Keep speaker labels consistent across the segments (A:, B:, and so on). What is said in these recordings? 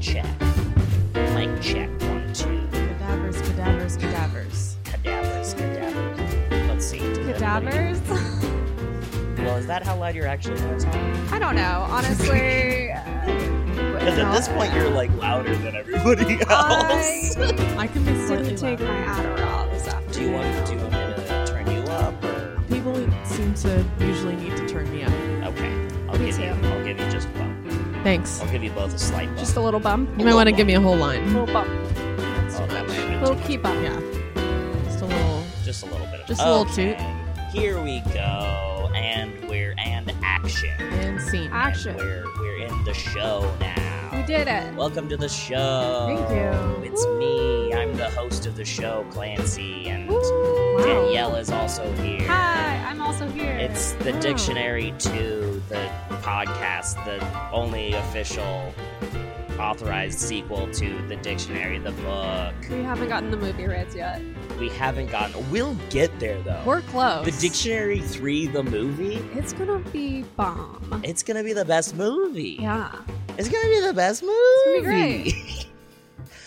A: check. Mic check. One, two.
B: Cadavers, cadavers, cadavers.
A: Cadavers, cadavers. Let's see. does anybody-
B: Cadavers?
A: Well, is that how loud your actual noise are?
B: I don't know. Honestly. Because
A: Because at this point, you're like louder than everybody else.
C: I can be slightly
B: didn't take my
C: louder.
B: Adderall this afternoon.
A: do you want? Do you want me to turn you up? Or
C: People seem to usually need to turn me up.
A: okay, I'll
B: Me
A: give you.
B: too.
A: I'll give you just one.
C: Thanks.
A: I'll give you both a slight. Bump.
B: Just a little bump.
C: You might want to give me a whole line.
B: Little bump.
A: Oh, that might have been
B: Little
A: too
B: keep up.
C: Yeah. Just a little.
A: Just a little bit. Of,
C: Just a little
A: okay. Here we go, and we're and action. And
C: And scene.
B: Action.
A: we're we're in the show now.
B: We did it.
A: Welcome to the show.
B: Thank you.
A: It's me. I'm the host of the show, Clancy, and
B: Woo.
A: Danielle is also here.
B: Hi, I'm also here.
A: It's the
C: Wow.
A: dictionary to the podcast, the only official authorized sequel to the dictionary, the book.
B: we haven't gotten the movie rights yet.
A: We haven't gotten. We'll get there though.
B: We're close.
A: the dictionary three, the movie.
B: It's gonna be bomb.
A: It's gonna be the best movie.
B: Yeah.
A: It's gonna be the best movie.
B: gonna be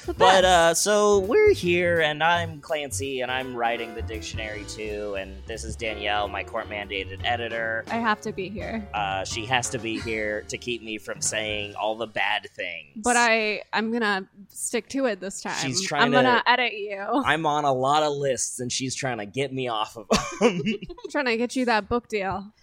B: The
A: But
B: best.
A: uh, so we're here, and I'm Clancy, and I'm writing the dictionary too. And this is Danielle, my court mandated editor.
B: I have to be here.
A: Uh, she has to be here to keep me from saying all the bad things.
B: But I, I'm gonna stick to it this time.
A: She's trying
B: I'm
A: to-
B: gonna edit you.
A: I'm on a lot of lists, and she's trying to get me off of them.
B: I'm trying to get you that book deal,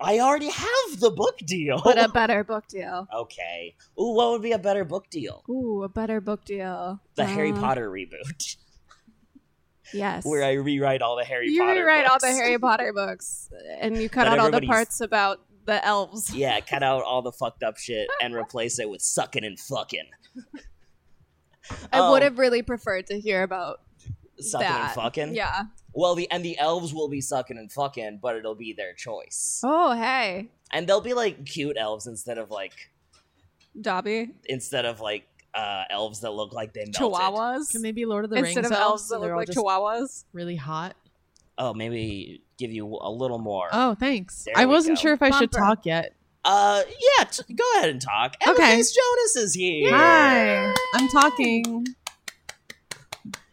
A: I already have the book deal.
B: but um, a better book deal.
A: okay. Ooh, what would be a better book deal?
B: Ooh, a better book deal.
A: The
B: Uh,
A: Harry Potter reboot,
B: Yes.
A: where I rewrite all the Harry
B: you
A: Potter.
B: rewrite all the
A: books.
B: Harry Potter books, and you cut
A: But
B: out all the
A: everybody's-
B: parts about the elves.
A: Yeah, cut out all the fucked up shit and replace it with sucking and fucking.
B: I
A: Oh.
B: would have really preferred to hear about
A: Sucking and
B: that.
A: fucking.
B: Yeah.
A: Well, the and the elves will be sucking and fucking, but it'll be their choice.
B: Oh hey,
A: And they'll be like cute elves instead of like
B: Dobby.
A: instead of like uh elves that look like they melted.
B: Chihuahuas.
C: Can they be Lord of the Rings
B: Instead of elves that
C: and
B: look
C: they're all
B: like
C: just
B: chihuahuas.
C: really hot?
A: Oh, maybe give you a little more.
C: Oh, thanks.
A: There
C: I
A: we
C: wasn't
A: go.
C: sure if I should
B: Bumper.
C: talk yet.
A: Uh, yeah, t- go ahead and talk. Emma
C: Okay.
A: Case Jonas is here.
C: Hi. I'm talking.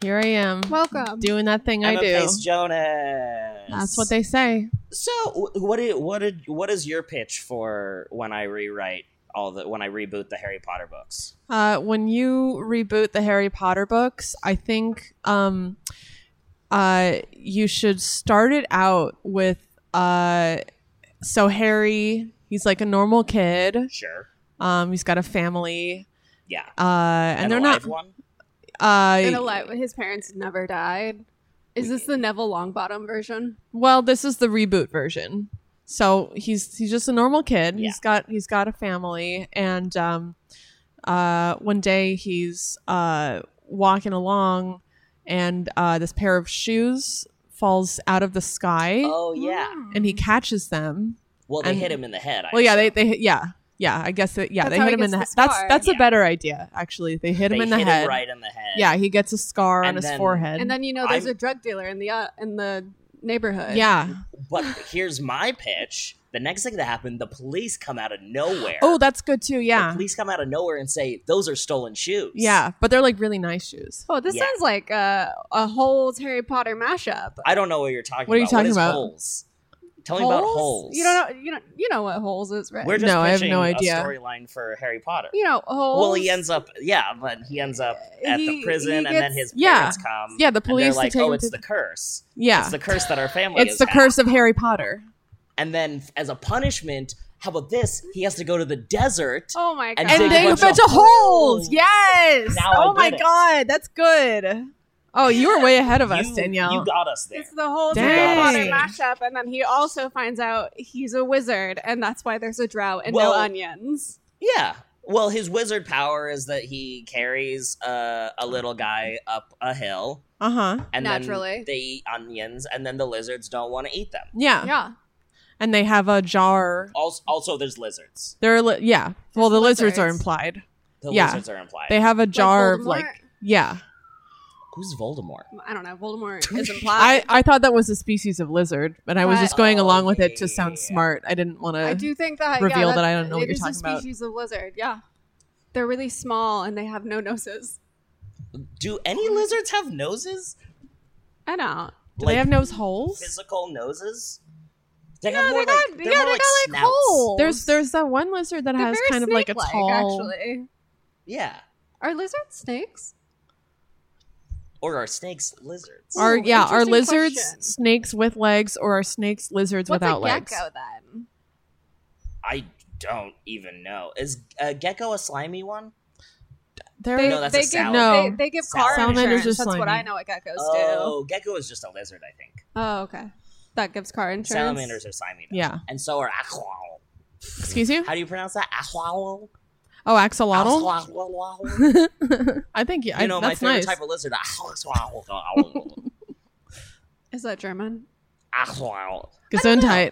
C: Here I am.
B: Welcome.
C: Doing that thing
A: Emma
C: I do.
A: Case Jonas.
C: That's what they say.
A: So, wh- what did what did what is your pitch for when I rewrite all the when I reboot the Harry Potter books?
C: Uh, when you reboot the Harry Potter books, I think um, uh, you should start it out with uh, so Harry, he's like a normal kid.
A: Sure.
C: Um, he's got a family,
A: Yeah.
C: uh,
A: And
C: and, they're
A: a
C: not. Mm-hmm.
A: live one.
C: Uh,
B: And Eli- his parents never died. Is this the Neville Longbottom version?
C: Well, this is the reboot version. So he's he's just a normal kid.
A: Yeah.
C: He's got he's got a family, and um, uh, one day he's uh, walking along, and uh, this pair of shoes falls out of the sky,
A: Oh yeah.
C: and he catches them.
A: Well, they
C: And-
A: hit him in the head. I
C: Well, yeah, they
A: assume.
C: they hit- yeah yeah I guess it, yeah
B: That's
C: they
B: how
C: hit
B: he
C: him in the, head.
B: gets the
C: that's
B: scar.
C: that's
A: Yeah.
C: a better idea actually. They hit him
A: They
C: in the
A: hit
C: head.
A: Him right in the head.
C: Yeah, he gets a scar on
A: And
C: his
A: then-
C: forehead.
B: And then you know there's
A: I'm-
B: a drug dealer in the uh, in the neighborhood.
C: yeah.
A: But here's my pitch. The next thing that happened, the police come out of nowhere.
C: Oh, that's good too.
A: The
C: Yeah.
A: police come out of nowhere and say those are stolen shoes.
C: Yeah, but they're like really nice shoes.
B: Oh, this
A: Yeah.
B: sounds like a, a whole Harry Potter mashup.
A: I don't know what you're talking.
C: What are you
A: about.
C: talking
A: is
C: about?
A: Holes. Tell me about holes.
B: You don't know. You don't. You know what holes is, right?
A: We're just
C: No, I have
A: pitching
C: no
A: a
C: idea.
A: storyline for Harry Potter.
B: you know holes.
A: Well, he ends up, yeah, but he ends up at
B: He-
A: the prison,
B: he
A: and then his
B: gets-
C: yeah.
A: parents come.
C: Yeah, the
A: and they're
C: police
A: like,
C: to take
A: "Oh,
C: him
A: it's
C: to
A: the curse.
C: Yeah.
A: It's the curse that our family.
C: It's
A: is
C: the
A: at."
C: curse of Harry Potter.
A: And then, as a punishment, how about this? He has to go to the desert.
B: Oh my god!
A: And dig a
C: they
A: bunch
C: bunch
A: of
C: of holes.
A: holes.
C: Yes.
A: Now I
C: oh my
A: get it.
C: god, that's good. Oh, you were way ahead of us,
A: You-
C: Danielle.
A: you got us there.
B: It's the whole
C: Dang.
B: Harry Potter mashup, and then he also finds out he's a wizard, and that's why there's a drought and
A: Well-
B: no onions.
A: Yeah. Well, his wizard power is that he carries uh, a little guy up a hill,
C: uh-huh.
A: and
B: Naturally.
A: then they eat onions, and then the lizards don't want to eat them.
C: Yeah.
B: Yeah,
C: And they have a jar.
A: Also, also there's lizards.
C: They're li- yeah. Well, the lizards. are
B: lizards.
C: implied.
A: The
C: Yeah.
A: lizards are implied.
C: They have a jar of
B: Voldemort?
C: like yeah.
A: Who's Voldemort?
B: I don't know. Voldemort is
C: I,
B: implied.
C: I thought that was a species of lizard, but I was
B: I-
C: just going
A: Oh,
C: along with
A: yeah,
C: it
A: yeah,
C: to sound
A: yeah.
C: smart. I didn't want
B: I,
C: to.
B: do think that yeah,
C: uh, Reveal that I don't know what
B: it
C: you're
B: is
C: talking
B: a
C: about.
B: species of lizard. Yeah, They're really small and they have no noses.
A: Do any lizards have noses?
B: I don't.
C: Do they have nose holes?
A: physical noses. They
B: No,
A: have more
B: they got-
A: like
B: yeah,
A: they're more
B: they
A: like
B: got, like,
A: snouts.
B: holes.
C: There's there's that one lizard that
B: They're
C: has
B: very
C: kind of like a
B: snake-like,
C: tall.
B: Actually,
A: Yeah,
B: are lizards snakes?
A: or are snakes lizards?
B: Are-
C: Are
B: Ooh,
C: yeah, are
B: interesting
C: lizards
B: question.
C: snakes with legs or are snakes lizards
B: What's
C: without
B: a
C: legs?
B: gecko then?
A: I don't even know. Is a gecko a slimy one?
C: They're-
B: They,
A: No, that's
B: they
A: a
B: give
A: salad.
C: No.
B: they, they give
A: Salad.
B: car
C: Salamanders
B: insurance.
C: are
B: That's what
C: slimy.
B: I know what geckos do.
A: Oh, gecko is just a lizard, I think.
B: Oh, okay. That gives car insurance.
A: Salamanders are slimy. Though.
C: yeah.
A: and so are aqual.
C: Excuse you?
A: How do you pronounce that? Aqual.
C: Oh, axolotl.
A: Axolotl?
C: I think yeah,
A: You know
C: I,
A: my
C: that's
A: favorite
C: nice.
A: type of lizard. Axolotl.
B: Is that German?
A: Axolotl.
C: Gesundheit.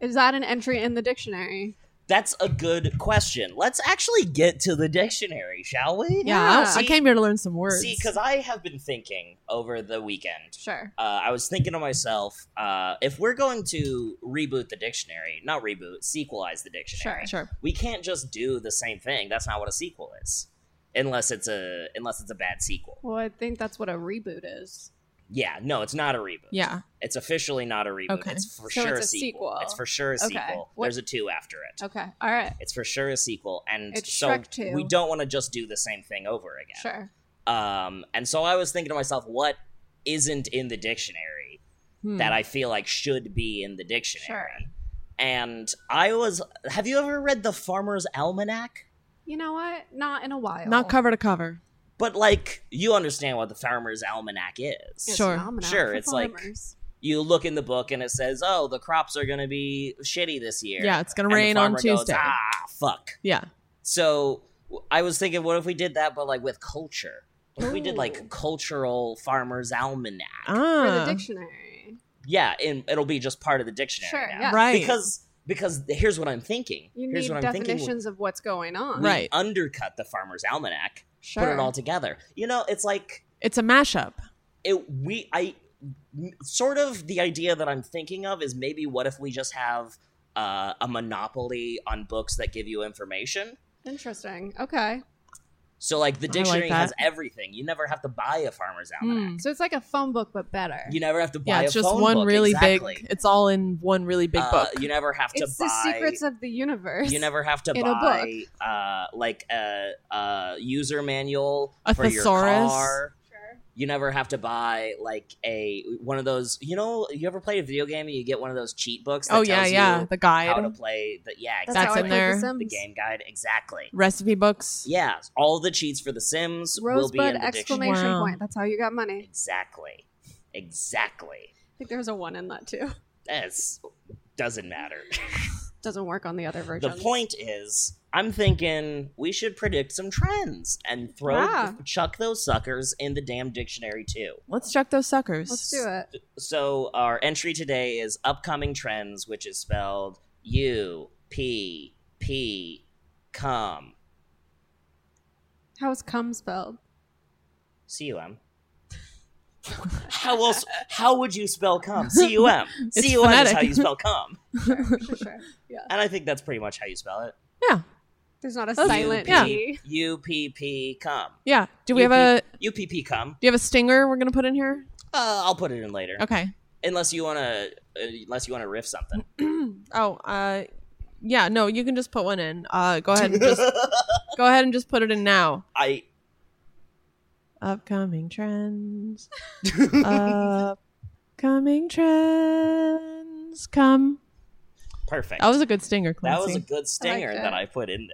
B: Is that an entry in the dictionary?
A: That's a good question. Let's actually get to the dictionary, shall we?
C: Yeah, I-
B: Yeah.
C: I came here to learn some words.
A: See, because I have been thinking over the weekend.
B: Sure.
A: Uh, I was thinking to myself, uh, if we're going to reboot the dictionary, not reboot, sequelize the dictionary,
C: sure.
A: we can't just do the same thing. That's not what a sequel is, unless it's a unless it's a bad sequel.
B: Well, I think that's what a reboot is.
A: Yeah, no, it's not a reboot.
C: Yeah.
A: it's officially not a reboot.
C: Okay.
A: It's for
B: So
A: sure
B: it's
A: a
B: a
A: sequel.
B: sequel.
A: It's for sure a
B: Okay.
A: sequel.
B: What-
A: There's a two after it.
B: Okay. All right.
A: It's for sure a sequel, and
B: It's
A: so
B: Shrek 2.
A: we don't want to just do the same thing over again.
B: Sure.
A: Um, and so I was thinking to myself, what isn't in the dictionary
C: Hmm.
A: that I feel like should be in the dictionary?
B: Sure.
A: And I was, have you ever read the Farmer's Almanac?
B: You know what? Not in a while.
C: Not cover to cover.
A: But like, you understand what the Farmer's Almanac is.
B: It's
C: Sure.
B: phenomenal
A: Sure,
B: for
A: it's like-
B: farmers.
A: You look in the book and it says, oh, the crops are going to be shitty this year.
C: Yeah, it's gonna
A: And the
C: rain on
A: farmer goes,
C: Tuesday.
A: ah, fuck.
C: Yeah.
A: So w- I was thinking, what if we did that, but like with culture? What if we did
B: Ooh.
A: like cultural farmer's almanac?
B: for
C: Ah,
B: the dictionary.
A: yeah, and it'll be just part of the dictionary.
B: Sure,
A: now.
B: yeah.
C: right.
A: Because because here's what I'm thinking.
B: You
A: here's
B: need
A: what I'm thinking.
B: definitions of what's going on.
A: We
C: Right.
A: undercut the farmer's almanac,
B: Sure.
A: put it all together. You know, it's like
C: it's a mashup.
A: it we I m- sort of the idea that I'm thinking of is maybe what if we just have uh, a monopoly on books that give you information?
B: Interesting. Okay.
A: So like the
C: like
A: dictionary has
C: that.
A: everything. You never have to buy a farmer's almanac.
C: Hmm.
B: So it's like a phone book, but better.
A: You never have to buy
C: Yeah, it's
A: a
C: just
A: phone
C: one
A: book,
C: really
A: exactly.
C: big. It's all in one really big
A: Uh,
C: book.
A: You never have to
B: it's
A: buy
B: the secrets of the universe.
A: You never have to
B: in a
A: buy uh, like a, a user manual
C: A
A: for your
C: thesaurus.
A: car.
B: Sure.
A: You never have to buy like a one of those. You know, you ever played a video game and you get one of those cheat books? That
C: oh yeah,
A: tells
C: yeah.
A: you
C: The
A: How to
C: guide,
A: play the yeah,
B: That's,
C: That's
B: how
C: in
B: I
A: exactly.
B: played
C: there.
B: The, Sims.
A: The game guide exactly.
C: recipe books.
A: Yeah, all the cheats for The Sims will be in
B: Rosebud
A: the dictionary.
B: exclamation
C: Wow.
B: point. That's how you got money.
A: Exactly, exactly.
B: I think there's a one in that too.
A: That's doesn't matter.
B: Doesn't work on the other
A: The
B: version.
A: point is, I'm thinking we should predict some trends and throw
B: Yeah.
A: chuck those suckers in the damn dictionary too.
C: Let's chuck those suckers.
B: Let's do it.
A: So our entry today is upcoming trends, which is spelled U P P com
B: How is cum spelled?
A: C U M. How else? How would you spell cum? C U M.
C: It's
A: C U M is how
C: phonetic.
A: you spell cum,
B: Sure, sure, sure. Yeah.
A: and I think that's pretty much how you spell it.
B: There's not a
C: That's-
B: silent
C: Yeah.
B: E.
A: U P P cum.
C: Yeah. Do we
A: You
C: have a
A: U P P cum.
C: Do you have a stinger we're gonna put in here?
A: Uh, I'll put it in later.
C: Okay.
A: unless you want to unless you want to riff something
C: oh, uh, yeah. No, you can just put one in. Uh, go ahead and just go ahead and just put it in now.
A: i
C: Upcoming trends. Uh, Upcoming trends. Come.
A: perfect
C: That was a good stinger,
A: That
C: Clancy.
A: was a good stinger
B: it.
A: that i put in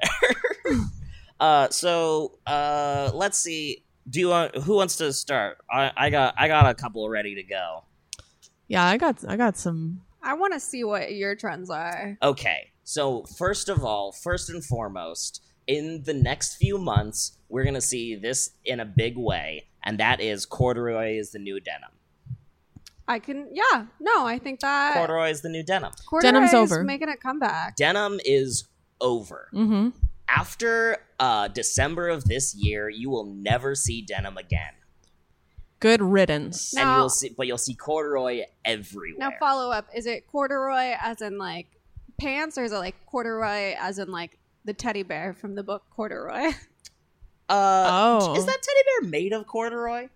A: there uh so uh let's see do you want who wants to start i i got i got a couple ready to go
C: yeah, I got I got some.
B: I want to see what your trends are.
A: okay so first of all first and foremost in the next few months we're gonna see this in a big way and that is corduroy is the new denim
B: I can, yeah. No, I think that
A: corduroy is the new denim
B: corduroy
C: Denim's
B: is
C: over.
B: making a comeback.
A: denim is over
C: Mm-hmm.
A: after uh, December of this year, you will never see denim again,
C: Good riddance.
B: No.
A: and you'll see, but you'll see corduroy everywhere.
B: Now, follow up. Is it corduroy as in like pants, or is it like corduroy as in like the teddy bear from the book Corduroy.
A: Uh,
C: Oh.
A: Is that teddy bear made of corduroy?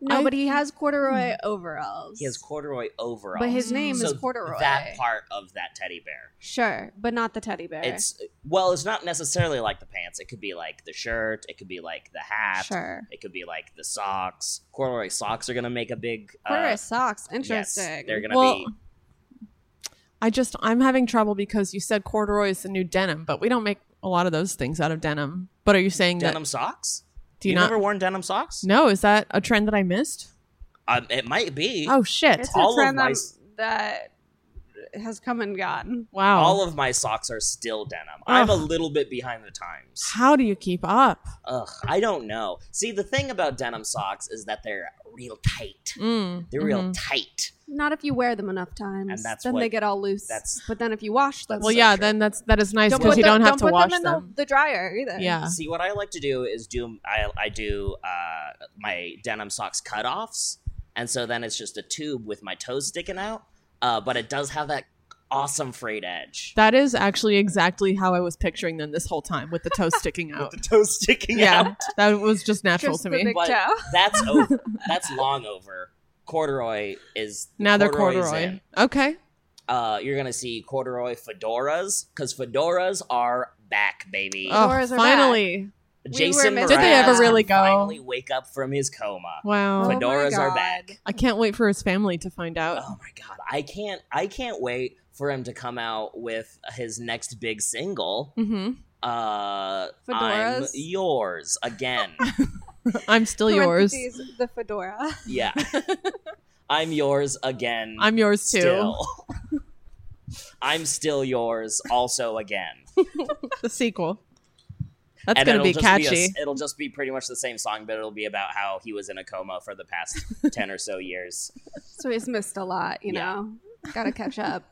B: No,
C: I-
B: but he has corduroy
C: Hmm.
B: overalls.
A: He has corduroy overalls.
B: but his name
A: so
B: is corduroy.
A: That part of that teddy bear.
B: Sure, but not the teddy bear.
A: It's well, it's not necessarily like the pants. It could be like the shirt. It could be like the hat.
B: sure.
A: It could be like the socks. Corduroy socks are gonna make a big. Uh,
B: Where are his socks?
A: yes,
B: Interesting.
A: they're gonna
C: Well,
A: be.
C: I just I'm having trouble because you said corduroy is the new denim, but we don't make a lot of those things out of denim. But are you saying
A: denim
C: that?
A: socks?
C: Do you,
A: You've
C: not?
A: never worn denim socks?
C: no, is that a trend that I missed?
A: Um, it might be.
C: Oh shit!
B: it's
A: all
B: a
A: of
B: trend
A: my
B: that,
A: s-
B: that has come and gone.
C: Wow.
A: All of my socks are still denim. I'm a
C: Oh. Ugh.
A: little bit behind the times.
C: How do you keep up?
A: Ugh, I don't know. See, the thing about denim socks is that they're real tight.
C: Mm,
A: They're real
C: mhm.
A: tight.
B: Not if you wear them enough times.
A: And that's
B: then
A: what-
B: they get all loose.
A: that's-
B: but then if you wash them,
C: Well,
A: so
C: yeah.
A: true.
C: Then that's that is nice
B: Don't
C: because
B: put
C: you
B: the-
C: don't have
B: don't
C: to
B: put
C: wash
B: them in
C: them.
B: The, the dryer either.
C: Yeah.
A: See, what I like to do is do I, I do uh, my denim socks cutoffs, and so then it's just a tube with my toes sticking out. Uh, but it does have that awesome frayed edge.
C: That is actually exactly how I was picturing them this whole time with the toe sticking
A: with
C: out.
A: the toes sticking
C: yeah,
A: out.
C: that was just natural
B: Just
C: to
B: the
C: me.
B: big
A: But-
B: toe.
A: That's over. That's long over. Corduroy is
C: now they're
A: corduroy's
C: corduroy.
A: in.
C: Okay.
A: Uh, you're gonna see corduroy fedoras because fedoras are back, baby.
C: Oh,
B: Corduroys are back.
C: finally.
B: we were
A: Jason
B: missing
A: Mraz
C: Did they ever really
A: can
C: go?
A: finally wake up from his coma?
C: Wow.
B: Oh my
A: Fedoras are
B: God.
A: back.
C: I can't wait for his family to find out.
A: Oh my god, I can't I can't wait for him to come out with his next big single.
C: hmm
A: Uh I'm
B: Fedoras?
A: yours again.
C: I'm still yours.
B: Parentheses, The fedora.
A: yeah. I'm yours again.
C: I'm yours too.
A: still. I'm still yours also again.
C: The sequel. That's
A: And
C: gonna
A: it'll
C: be
A: just
C: catchy.
A: a s- it'll just be pretty much the same song, but it'll be about how he was in a coma for the past 10 or so years.
B: So he's missed a lot, you
A: Yeah.
B: know. Gotta catch up.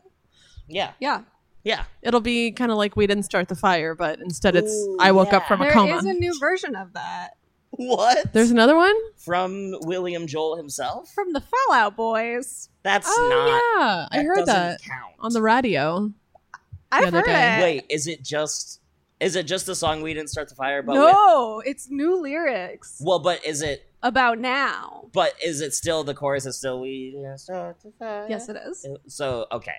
A: Yeah.
B: Yeah.
A: Yeah.
C: It'll be kind of like we didn't start the fire, but instead it's
A: Ooh,
C: I woke up
A: yeah.
C: from
B: there
C: a
B: is
C: coma.
B: a new version of that
A: What?
C: There's another one.
A: From William Joel himself?
B: from the Fallout Boys.
A: That's
C: oh
A: not
C: yeah, I heard
A: doesn't
C: that
A: count.
C: on the radio.
B: I've
C: other
B: heard
C: day.
B: it.
A: Wait, is it just is it just the song we didn't start the fire but with
B: no, it's new lyrics
A: Well, but is it
B: about now.
A: but is it still the chorus is still we didn't start the fire?
B: Yes, it is.
A: So, okay.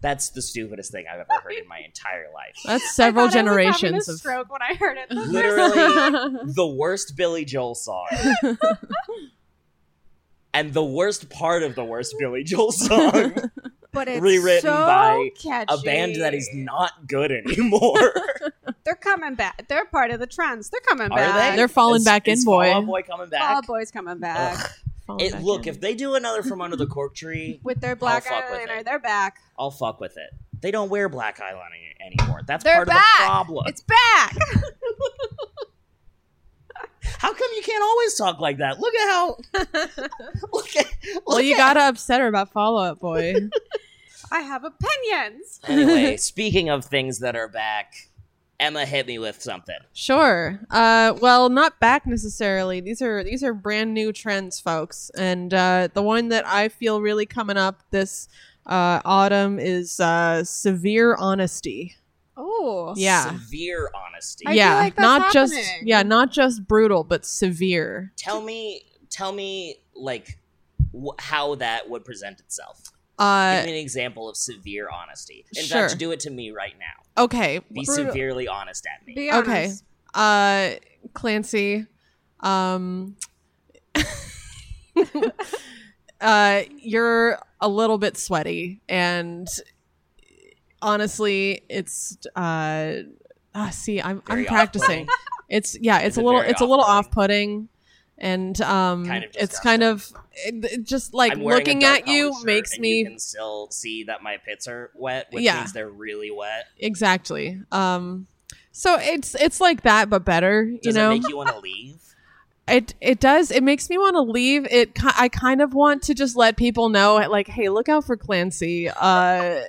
A: That's the stupidest thing I've ever heard in my entire life.
C: That's several
B: I thought I was having
C: generations
B: a
C: of.
B: stroke when I heard it. the first
A: Literally the worst Billy Joel song. and the worst part of the worst Billy Joel song.
B: but it's
A: Rewritten
B: so
A: by
B: catchy.
A: a band that is not good anymore.
B: They're coming back. They're part of the trends. They're coming
A: Are
B: back.
A: they?
C: They're falling
A: Is-
C: back
A: is
C: in, boy.
A: Fall Out Boy coming
B: Fall
A: back.
B: Out Boys coming back
A: Ugh.
C: Falling
A: It,
C: back
A: look,
C: in.
A: if they do another from under the cork tree,
B: with their black
A: fuck with
B: eyeliner.
A: it.
B: They're back.
A: I'll fuck with it. They don't wear black eyeliner anymore. That's
B: They're
A: part
B: back!
A: of the problem.
B: It's back.
A: How come you can't always talk like that? Look at how. look at. Look
C: well, you
A: at-
C: gotta upset her about Follow Up Boy.
B: I have opinions.
A: Anyway, speaking of things that are back, Emma hit me with something.
C: Sure. Uh, well, not back necessarily. These are these are brand new trends, folks. And uh, the one that I feel really coming up this uh, autumn is uh, severe honesty.
B: Oh,
C: Yeah.
A: Severe honesty.
B: I feel
C: yeah,
B: like that's
C: not just
B: happening.
C: yeah, not just brutal, but severe.
A: Tell me. Tell me, like, wh- how that would present itself. Give
C: Uh,
A: me an example of severe honesty. In
C: Sure.
A: fact, do it to me right now.
C: okay.
A: Be
B: Brutal.
A: severely honest at me.
B: Be
C: Okay.
B: honest.
C: Uh, Clancy, um, uh, you're a little bit sweaty, and honestly, it's uh, ah, see, I'm
A: Very
C: I'm practicing.
A: off-putting.
C: It's yeah, it's,
A: Is
C: a
A: it
C: little
A: very
C: it's a little off
A: off-putting?
C: putting. And um,
A: Kind of
C: it's kind of it, it just like
A: I'm wearing a
C: looking
A: dark
C: at you
A: collared shirt,
C: makes
A: and
C: me
A: You can still see that my pits are wet, which
C: Yeah.
A: means they're really wet.
C: exactly. Um, so it's it's like that, but better. you
A: Does
C: know,
A: it make you want to leave?
C: It it does. It makes me want to leave. It ki- I kind of want to just let people know, like, hey, look out for Clancy. Uh,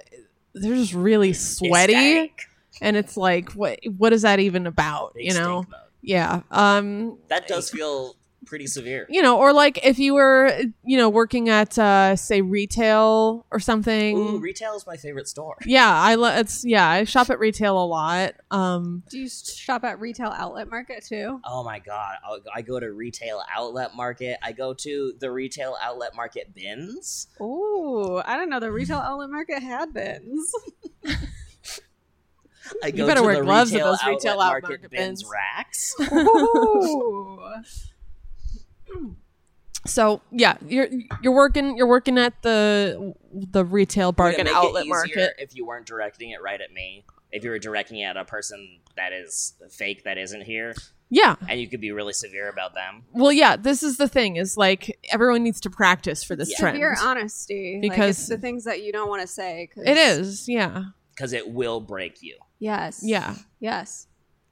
C: they're just really
A: They
C: sweaty,
A: stank.
C: and it's like, what what is that even about?
A: They
C: you know?
A: stink mode.
C: Yeah. Um.
A: that does feel pretty severe.
C: you know, or like if you were, you know, working at uh, say retail or something.
A: Ooh, retail is my favorite store.
C: yeah, I lo- it's yeah, I shop at retail a lot. Um,
B: Do you shop at retail outlet market too?
A: Oh my god, I'll, I go to retail outlet market. I go to the retail outlet market bins.
B: Ooh, I don't know. The retail outlet market had bins.
A: I
C: You
A: go
C: better
A: to
C: wear
A: the
C: gloves at
A: retail
C: those
A: outlet
C: retail
A: market,
C: outmarket
A: bins,
C: bins.
A: racks.
B: Ooh.
C: so yeah, you're you're working you're working at the the retail
A: Would it
C: bargain
A: make it
C: outlet
A: easier
C: market.
A: If you weren't directing it right at me, if you were directing it at a person that is fake that isn't here,
C: Yeah.
A: and you could be really severe about them.
C: Well, yeah, this is the thing is like everyone needs to practice for this
A: Yeah.
C: trend.
B: Severe honesty. like,
C: Because-
B: it's the things that you don't want to say. 'cause-
C: It is. Yeah.
A: because it will break you.
B: Yes.
C: Yeah.
B: Yes.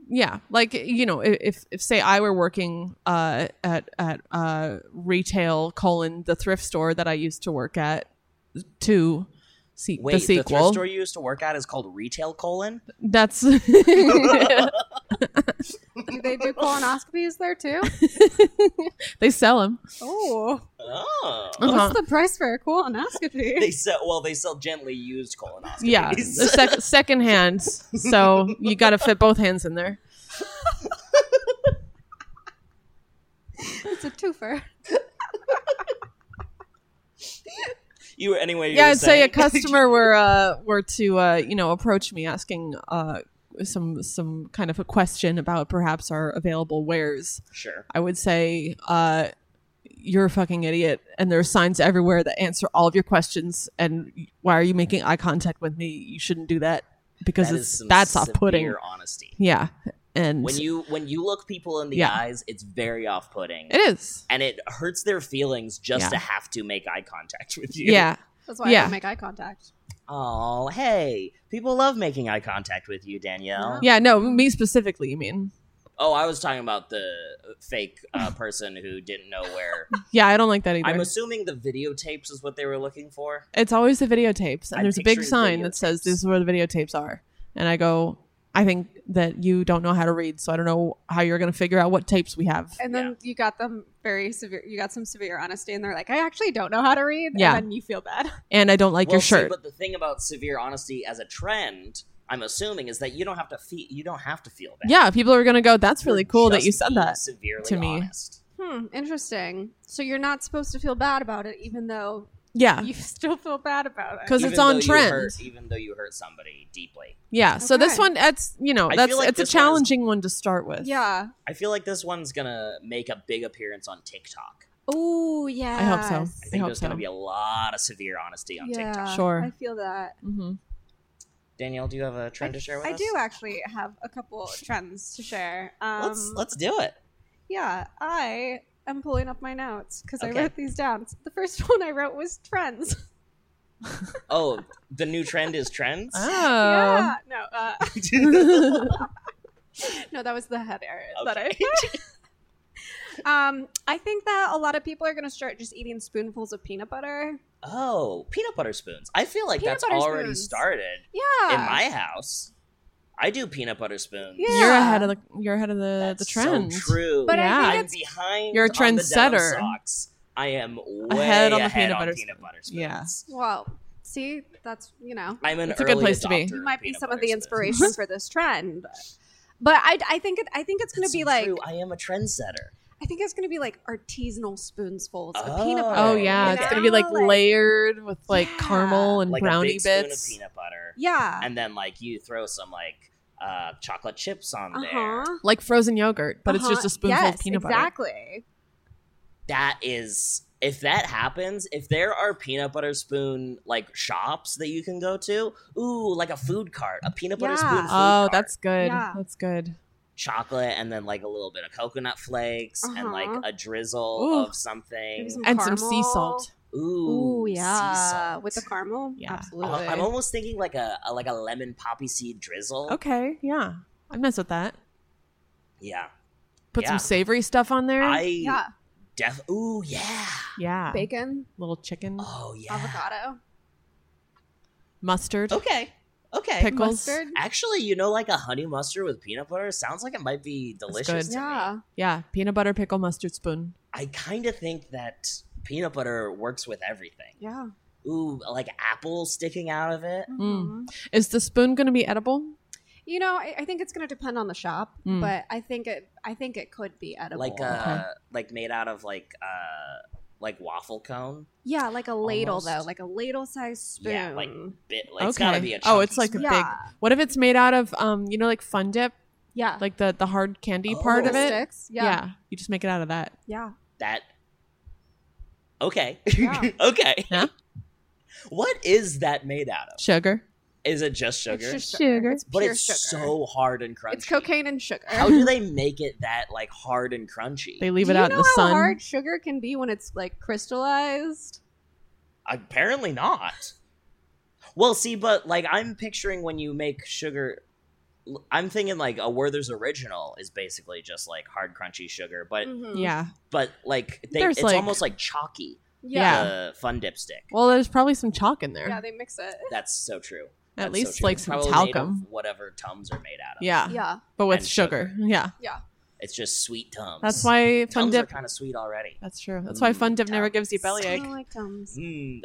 C: yeah like you know i- if if say i were working uh at at uh retail colon the thrift store that i used to work at to see
A: Wait,
C: the
A: the, thrift
C: sequel
A: store you used to work at is called Retail Colon.
C: that's
B: Do they do colonoscopies there too?
C: they sell them
B: Oh.
A: Oh,
C: Uh-huh.
B: What's the price for a colonoscopy?
A: they sell well. They sell gently used colonoscopies.
C: yeah the sec- second hand so you got to fit both hands in there
B: It's a twofer.
A: you were anyway. You
C: yeah
A: were
C: i'd say a
A: saying-
C: customer were uh were to uh you know approach me asking uh some some kind of a question about perhaps our available wares
A: sure.
C: I would say uh, you're a fucking idiot, and there are signs everywhere that answer all of your questions. And why are you making eye contact with me? You shouldn't do that because
A: That is
C: it's
A: some
C: that's off-putting.
A: severe Honesty.
C: Yeah, and
A: When you when you look people in the
C: Yeah.
A: eyes, it's very off-putting,
C: it is.
A: and it hurts their feelings just
C: Yeah.
A: to have to make eye contact with you.
C: Yeah,
B: That's why
C: Yeah.
B: I don't make eye contact.
A: Oh, hey, people love making eye contact with you, Danielle.
C: yeah. No, me specifically. You mean?
A: Oh, I was talking about the fake uh, person who didn't know where.
C: Yeah, I don't like that either.
A: I'm assuming the videotapes is what they were looking for.
C: it's always the videotapes, and
A: I'm
C: there's a big
A: picturing
C: sign that says
A: videotapes.
C: this is where the videotapes are. And I go, I think that you don't know how to read, so I don't know how you're going to figure out what tapes we have.
B: And then you got them very severe. You got some severe honesty, and they're like, "I actually don't know how to read."
C: Yeah.
B: And then you feel bad.
C: And I don't like
A: Well,
C: your
A: see,
C: shirt.
A: but the thing about severe honesty as a trend, I'm assuming, is that you don't have to feel you don't have to feel bad.
C: yeah, people are going to go. That's
A: You're
C: really cool that
A: just
C: you said
A: being
C: that.
A: severely
C: to me.
A: honest.
B: Hmm. Interesting. So you're not supposed to feel bad about it, even though
C: Yeah.
B: you still feel bad about it.
C: Ah. 'Cause-
A: Even
C: it's on
A: though you
C: trend.
A: hurt- even though you hurt somebody deeply,
C: Yeah. So this
B: Okay.
C: one, that's you know,
A: I
C: that's
A: feel like
C: it's a
A: this one is-
C: challenging one to start with.
B: yeah.
A: I feel like this one's gonna make a big appearance on TikTok.
B: Oh yeah.
C: I hope so.
A: I
C: I
A: think
C: hope
A: there's gonna
C: so.
A: be a lot of severe honesty on TikTok.
C: Sure.
B: I feel that.
C: hmm
A: Danielle, do you have a trend to share with
B: I
A: us?
B: do actually have a couple trends to share. Um,
A: Let's let's do it.
B: Yeah, I am pulling up my notes because
A: Okay.
B: I wrote these down. The first one I wrote was trends.
A: Oh, the new trend is trends.
C: Oh.
B: Yeah. No. Uh, no, that was the header that I. Um, I think that a lot of people are going to start just eating spoonfuls of peanut butter.
A: Oh, peanut butter spoons. I feel like
B: Peanut
A: that's
B: butter
A: already
B: spoons.
A: started
B: Yeah.
A: in my house. I do peanut butter spoons.
B: Yeah.
C: You're ahead of the you're ahead of the
A: That's
C: the trend.
A: So true.
B: But
C: I think
A: I'm
B: it's-
A: behind.
C: You're a
A: on the denim
C: trendsetter.
A: socks. I am way
C: Ahead
A: ahead
C: on
A: on
C: the peanut
A: peanut,
C: butter
A: butter
C: spoon.
A: spoons.
C: Yeah.
B: Well, see, that's you know,
A: I'm an
C: It's a
A: early
C: good place to be.
A: adopter
B: you might be
A: peanut
B: some of
A: butter
B: the
A: spoons.
B: inspiration for this trend. But I, I think it, I think it's going
A: That's
B: to be
A: so
B: like
A: true. I am a trendsetter.
B: I think it's going to be like artisanal spoonsfuls of peanut
A: Oh.
B: butter.
C: Oh yeah,
B: you
C: it's gonna be
B: know?
C: like layered with like
B: Yeah.
C: caramel and
A: Like a
C: brownie
A: big
C: bits.
A: spoon of peanut butter,
B: Yeah.
A: and then like you throw some like uh, chocolate chips on
B: Uh
A: there.
B: huh.
C: Like frozen yogurt, but it's
B: Uh-huh.
C: just a spoonful
B: yes,
C: of peanut butter.
B: exactly.
A: that is if that happens, if there are peanut butter spoon like shops that you can go to, ooh, like a food cart, a peanut butter
B: Yeah.
A: spoon. Food
C: Oh,
A: cart.
C: that's good.
B: Yeah.
C: That's good.
A: chocolate and then like a little bit of coconut flakes and like
B: Uh-huh.
A: a drizzle
C: Ooh.
A: of something.
B: Maybe some
C: And some sea
B: caramel.
C: salt.
A: Ooh,
B: Ooh,
A: sea
B: yeah,
A: salt. Uh,
B: with the caramel.
C: Yeah.
A: I'm-
B: Absolutely.
A: I'm almost thinking like a, a- like a lemon poppy seed drizzle.
C: Okay, yeah. I mess with that.
A: Yeah,
C: Put
A: Yeah.
C: some savory stuff on there.
A: I
B: yeah,
A: def. Ooh, yeah.
C: yeah.
B: bacon,
C: Little chicken,
A: Oh yeah.
B: avocado,
C: mustard,
A: Okay. Okay.
C: pickles.
B: mustard.
A: Actually, you know, like a honey mustard with peanut butter sounds like it might be delicious.
C: good.
A: to me.
B: Yeah,
C: Yeah, peanut butter pickle mustard spoon.
A: I kind of think that peanut butter works with everything.
B: Yeah.
A: Ooh, like apple sticking out of it.
B: Mhm.
C: Is the spoon going to be edible?
B: You know, I, I think it's going to depend on the shop,
C: Mm.
B: but I think it I think it could be edible.
A: Like uh like made out of like uh like waffle cone.
B: yeah, like a ladle though,
A: almost-
B: like a ladle sized spoon.
A: Yeah, like Bit like it's gotta
C: Okay.
A: be a
C: Oh, it's
A: chunky
C: like a
A: spoon.
C: big-
B: yeah.
C: What if it's made out of um, you know, like fun dip,
B: yeah.
C: like the the hard candy part
A: Oh.
C: of it?
B: sticks. Yeah.
C: you just make it out of that.
B: Yeah.
A: that Okay.
B: Yeah.
A: okay.
C: Yeah.
A: What is that made out of?
C: Sugar.
A: Is it just sugar?
B: It's just
C: Sugar.
B: sugar. It's
A: but
B: pure
A: it's
B: sugar.
A: so hard and crunchy.
B: It's cocaine and sugar.
A: How do they make it that like hard and crunchy?
C: They leave
B: Do
C: it
B: you
C: out
B: know
C: in the
B: how
C: sun.
B: hard sugar can be when it's like crystallized?
A: Apparently not. Well, see, but like I'm picturing when you make sugar, l- I'm thinking like a Werther's original is basically just like hard crunchy sugar, but
B: Mhm.
C: Yeah.
A: but like they,
C: There's,
A: it's
C: like-
A: almost like chalky.
B: Yeah.
A: the fun dipstick.
C: Well, there's probably some chalk in there.
B: Yeah, they mix it.
A: That's so true.
C: At
A: That's so
C: least
A: true.
C: like
A: It's
C: some
A: probably made
C: talcum.
A: of whatever tums are made out of.
C: Yeah.
B: Yeah.
C: But with
A: And
C: sugar. Yeah.
A: it's just sweet tums.
C: That's why fun
A: tums are
C: dip
A: kind of sweet already.
C: That's true. That's why fun
A: Mm,
C: dip never
A: Tums.
C: gives you bellyache.
B: I like Tums.
A: Mm,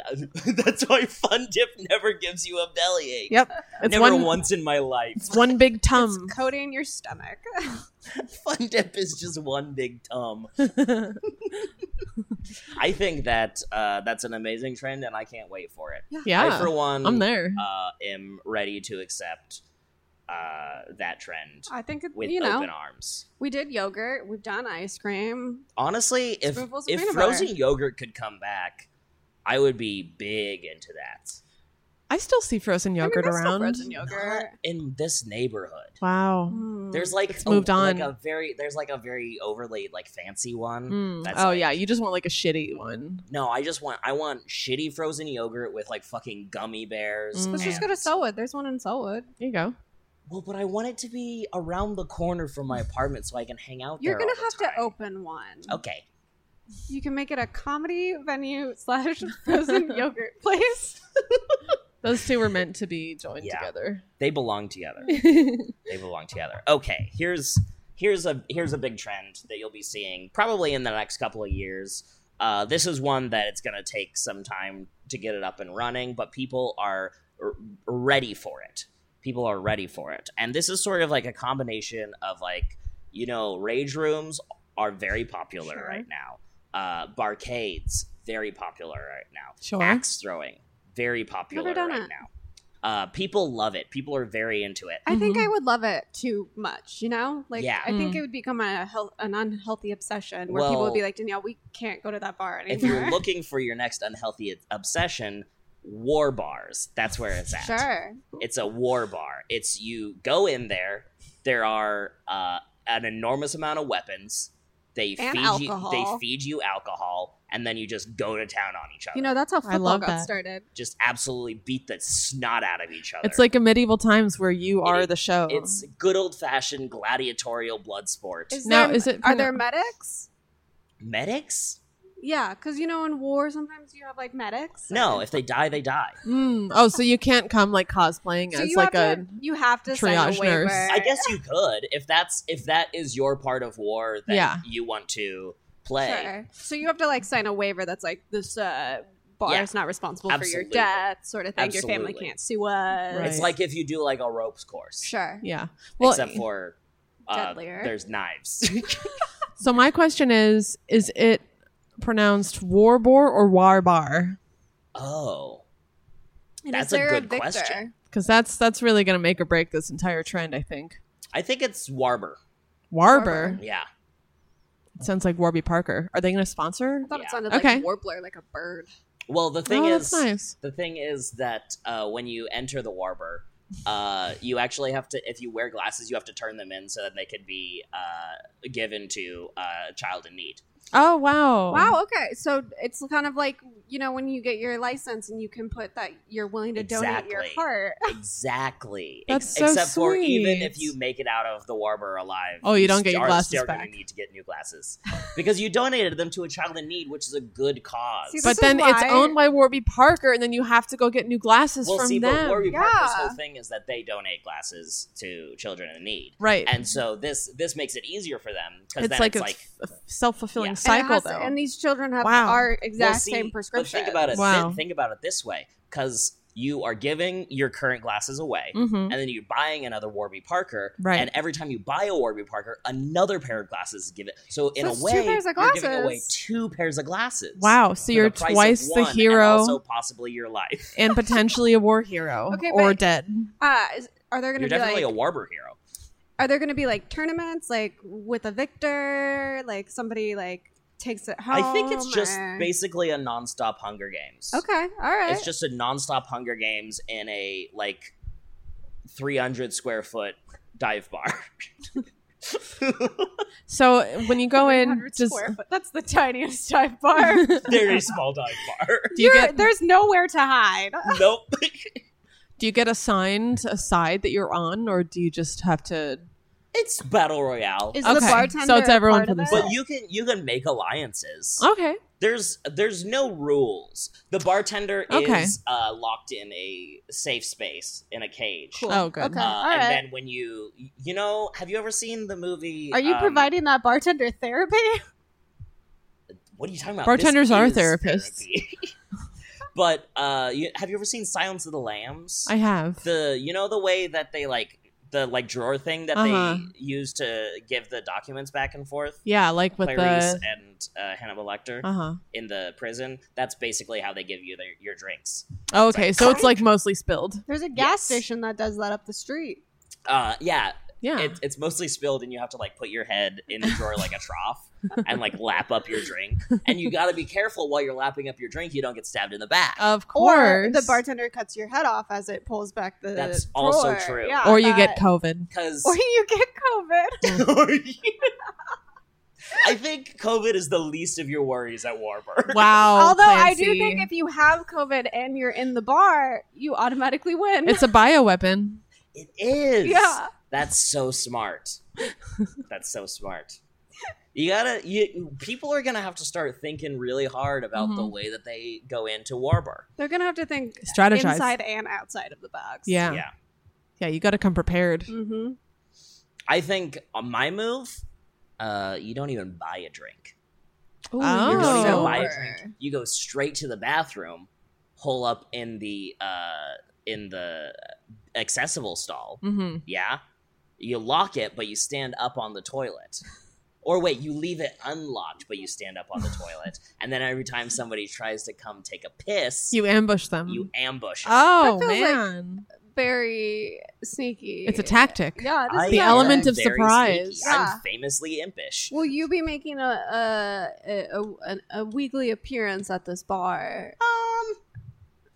A: that's why fun dip never gives you a bellyache.
C: Yep. It's
A: Never
C: one
A: once in my life.
C: it's one big tum.
B: It's coating your stomach.
A: Fun dip is just one big tum. I think that uh, that's an amazing trend, and I can't wait for it. I,
C: yeah.
A: for one,
C: I'm there.
A: Uh, am ready to accept uh, that trend
B: I think it,
A: with
B: you know
A: open arms.
B: we did yogurt. We've done ice cream.
A: Honestly, if
B: Spoonfuls of
A: if
B: peanut
A: frozen
B: butter.
A: yogurt could come back, I would be big into that.
C: I still see frozen
B: I mean,
C: yogurt
B: there's still
C: around.
B: Frozen
A: Not
B: yogurt.
A: in this neighborhood.
C: Wow.
B: Mm.
A: There's like
C: It's moved on.
A: Like a very there's like a very overly like fancy one.
C: Mm.
A: That's
C: Oh
A: like-
C: yeah, you just want like a shitty one.
A: No, I just want I want shitty frozen yogurt with like fucking gummy bears.
C: Mm.
B: Let's just go to
A: and-
B: Selwood. There's one in Selwood.
C: There you go.
A: Well, but I want it to be around the corner from my apartment so I can hang out.
B: You're
A: there
B: gonna
A: all
B: have
A: the
B: to
A: time.
B: open one.
A: Okay,
B: You can make it a comedy venue slash frozen yogurt place.
C: Those two were meant to be joined
A: Yeah.
C: together.
A: they belong together. they belong together. Okay, here's here's a here's a big trend that you'll be seeing probably in the next couple of years. Uh, this is one that it's going to take some time to get it up and running, but people are r- ready for it. People are ready for it, and this is sort of like a combination of like you know rage rooms are very popular
B: Sure.
A: right now. Uh, barcades very popular right now
C: Sure.
A: axe throwing very popular
B: done
A: right
B: it.
A: now uh, people love it people are very into it
B: I think
C: Mhm.
B: I would love it too much, you know? Like,
A: Yeah.
B: I think
C: Mm.
B: it would become a health, an unhealthy obsession where people would be
A: Well-
B: like, Danielle, we can't go to that bar anymore.
A: if you're looking for your next unhealthy obsession war bars that's where it's at
B: sure.
A: it's a war bar it's you go in there there are uh, an enormous amount of weapons they
B: And
A: feed you
B: alcohol.
A: they feed you alcohol and then you just go to town on each other
B: You know, that's how football
C: love
B: got
C: that.
B: started.
A: just absolutely beat the snot out of each other
C: It's like a medieval times where you are
A: It-
C: the
B: um,
C: show.
A: it's good old fashioned gladiatorial blood sport
B: Is
C: Now,
B: there,
C: is it
B: are
C: pronounced-
B: there medics?
A: medics
B: Yeah, because, you know, in war, sometimes you have, like, medics.
A: no if they die they die
C: Mm. Oh, so you can't come like cosplaying
B: So
C: as
B: you,
C: like
B: have
C: a
B: to, you have to sign
C: triage
B: a waiver.
C: nurse.
A: I guess you could if that's if that is your part of war that
C: Yeah.
A: you want to play.
B: Sure. So you have to, like, sign a waiver that's like, this uh, bar
A: Yeah.
B: is not responsible for your
A: Absolutely.
B: death, sort of thing. Your family
A: Absolutely.
B: can't sue us.
C: Right.
A: It's like if you do like a ropes course,
B: Sure.
C: yeah. Well,
A: except for uh,
B: Deadlier.
A: there's knives.
C: so my question is: Is it pronounced war bore or war bar?
A: oh,
B: And
A: That's
B: is
A: a
B: there
A: good
B: victor?
A: question.
C: Because that's that's really gonna make or break this entire trend. I think
A: I think it's Warber.
C: Warber
A: Yeah,
C: It sounds like Warby Parker. Are they gonna sponsor?
B: I thought
A: Yeah.
B: it sounded
C: Okay.
B: like warbler, like a bird.
A: Well, the thing
C: oh,
A: is,
C: that's nice.
A: the thing is that uh, when you enter the Warber, uh, you actually have to, if you wear glasses, you have to turn them in so that they could be uh, given to uh, a child in need.
C: Oh wow,
B: Wow. Okay. So it's kind of like you know when you get your license and you can put that you're willing to donate your
A: Exactly.
B: heart.
A: Exactly.
C: That's so
A: except for even
C: sweet.
A: if you make it out of the Warmer alive.
C: Oh, you don't get
A: st-
C: your
A: are
C: glasses
A: still gonna
C: back.
A: need to get new glasses because you donated them to a child in need, which is a good cause.
B: See, This
C: but
B: is
C: then it's
B: why-
C: owned by Warby Parker, and then you have to go get new glasses
A: well,
C: from
A: see,
C: them.
A: but Warby Parker's
B: Yeah.
A: whole thing is that they donate glasses to children in need,
C: right.
A: and so this this makes it easier for them because
C: it's
A: then
C: like
A: it's
C: a
A: like
C: self
A: Yeah.
C: fulfilling
A: And it
B: And it
C: cycle,
B: has-
C: though.
B: And these children have
C: Wow.
B: our exact
A: Well, see,
B: same
A: But
B: prescription.
A: think about it.
C: Wow.
A: thi- think about it this way, because you are giving your current glasses away,
B: Mm-hmm.
C: Mhm.
A: and then you're buying another Warby Parker.
C: Right.
A: And every time you buy a Warby Parker, another pair of glasses is given. So in
B: So
A: a
B: it's two
A: way,
B: pairs of
A: you're giving away
B: glasses.
A: two pairs of glasses.
C: Wow.
A: for
C: So you're
A: price of
C: twice
A: one
C: the
A: and
C: hero and,
A: also possibly your life.
C: potentially a war hero
B: Okay,
C: or
B: but-
C: dead.
B: Uh, is- are there
A: You're
B: going to be
A: definitely
B: like
A: a Warber hero.
B: are there going to be like tournaments like with a victor like somebody like takes it home?
A: I think it's just
B: or-
A: basically a nonstop Hunger Games.
B: "Oh, Okay, all right.
A: It's just a nonstop Hunger Games in a like 300 square foot dive bar.
C: So when you go in,
B: 300
C: just
B: square foot. That's the tiniest dive bar.
A: Very small dive bar.
C: do you
B: You're-
C: get
B: there's nowhere to hide.
A: nope.
C: do you get assigned a side that you're on, or do you just have to?
A: It's battle royale.
B: Is the
C: Okay,
B: bartender
C: so it's
B: a
C: everyone
B: part
C: for
B: of it?
A: but you can you can make alliances.
C: Okay,
A: There's there's no rules. The bartender
C: Okay.
A: is uh, locked in a safe space in a cage.
B: Cool.
C: Oh, good.
B: Okay,
A: Uh,
B: all
A: and
B: right.
A: then when you you know, have you ever seen the movie?
B: Are you
A: um,
B: providing that bartender therapy?
A: What are you talking about?
C: Bartenders are
A: is
C: therapists.
A: therapy. but uh, you, have you ever seen Silence of the Lambs?
C: I have.
A: the you know the way that they like the like drawer thing that
C: Uh-huh.
A: they use to give the documents back and forth.
C: yeah, like with
A: Clarice
C: the.
A: and uh, Hannibal Lecter
C: Uh huh.
A: in the prison. That's basically how they give you their, your drinks.
C: Oh, okay, so it's like mostly spilled.
B: There's a gas
A: Yes.
B: station that does that up the street.
A: Uh, yeah,
C: Yeah.
A: it, it's mostly spilled, and you have to like put your head in the drawer like a trough and like lap up your drink. And you got to be careful while you're lapping up your drink; you don't get stabbed in the back.
C: of
B: Or
C: course.
B: the bartender cuts your head off as it pulls back the.
A: That's
B: drawer.
A: also true.
B: Yeah,
C: Or you get
B: that-
C: COVID.
A: Because
B: Or you get COVID.
A: I think COVID is the least of your worries at Warburg.
C: Wow.
B: Although I do
C: Oh, Clancy.
B: think if you have COVID and you're in the bar, you automatically win.
C: it's a bioweapon.
A: It is.
B: yeah.
A: That's so smart. That's so smart. You gotta. You people are gonna have to start thinking really hard about the
C: Mhm.
A: way that they go into Warburg.
B: They're going to have to think
C: Strategize.
B: inside and outside of the box.
C: Yeah.
A: Yeah.
C: yeah. you got to come prepared.
B: hmm
A: I think on my move, uh, you don't even buy a drink. You don't even
C: Oh.
A: buy a drink. You go straight to the bathroom, hole up in the uh, in the accessible stall.
C: Mm-hmm.
A: Yeah, you lock it, but you stand up on the toilet. Or wait, you leave it unlocked, but you stand up on the toilet, and then every time somebody tries to come take a piss, you,
C: You ambush them.
A: ambush. 'em.
C: oh,
B: That feels like-
C: man.
B: Very sneaky.
C: it's a tactic.
B: Yeah, it is
A: I
C: the
A: am
B: tactic.
C: element of
A: very
C: surprise.
A: sneaky.
B: Yeah.
A: I'm famously impish.
B: Will you be making a a, a, a, a weekly appearance at this bar?
A: Um,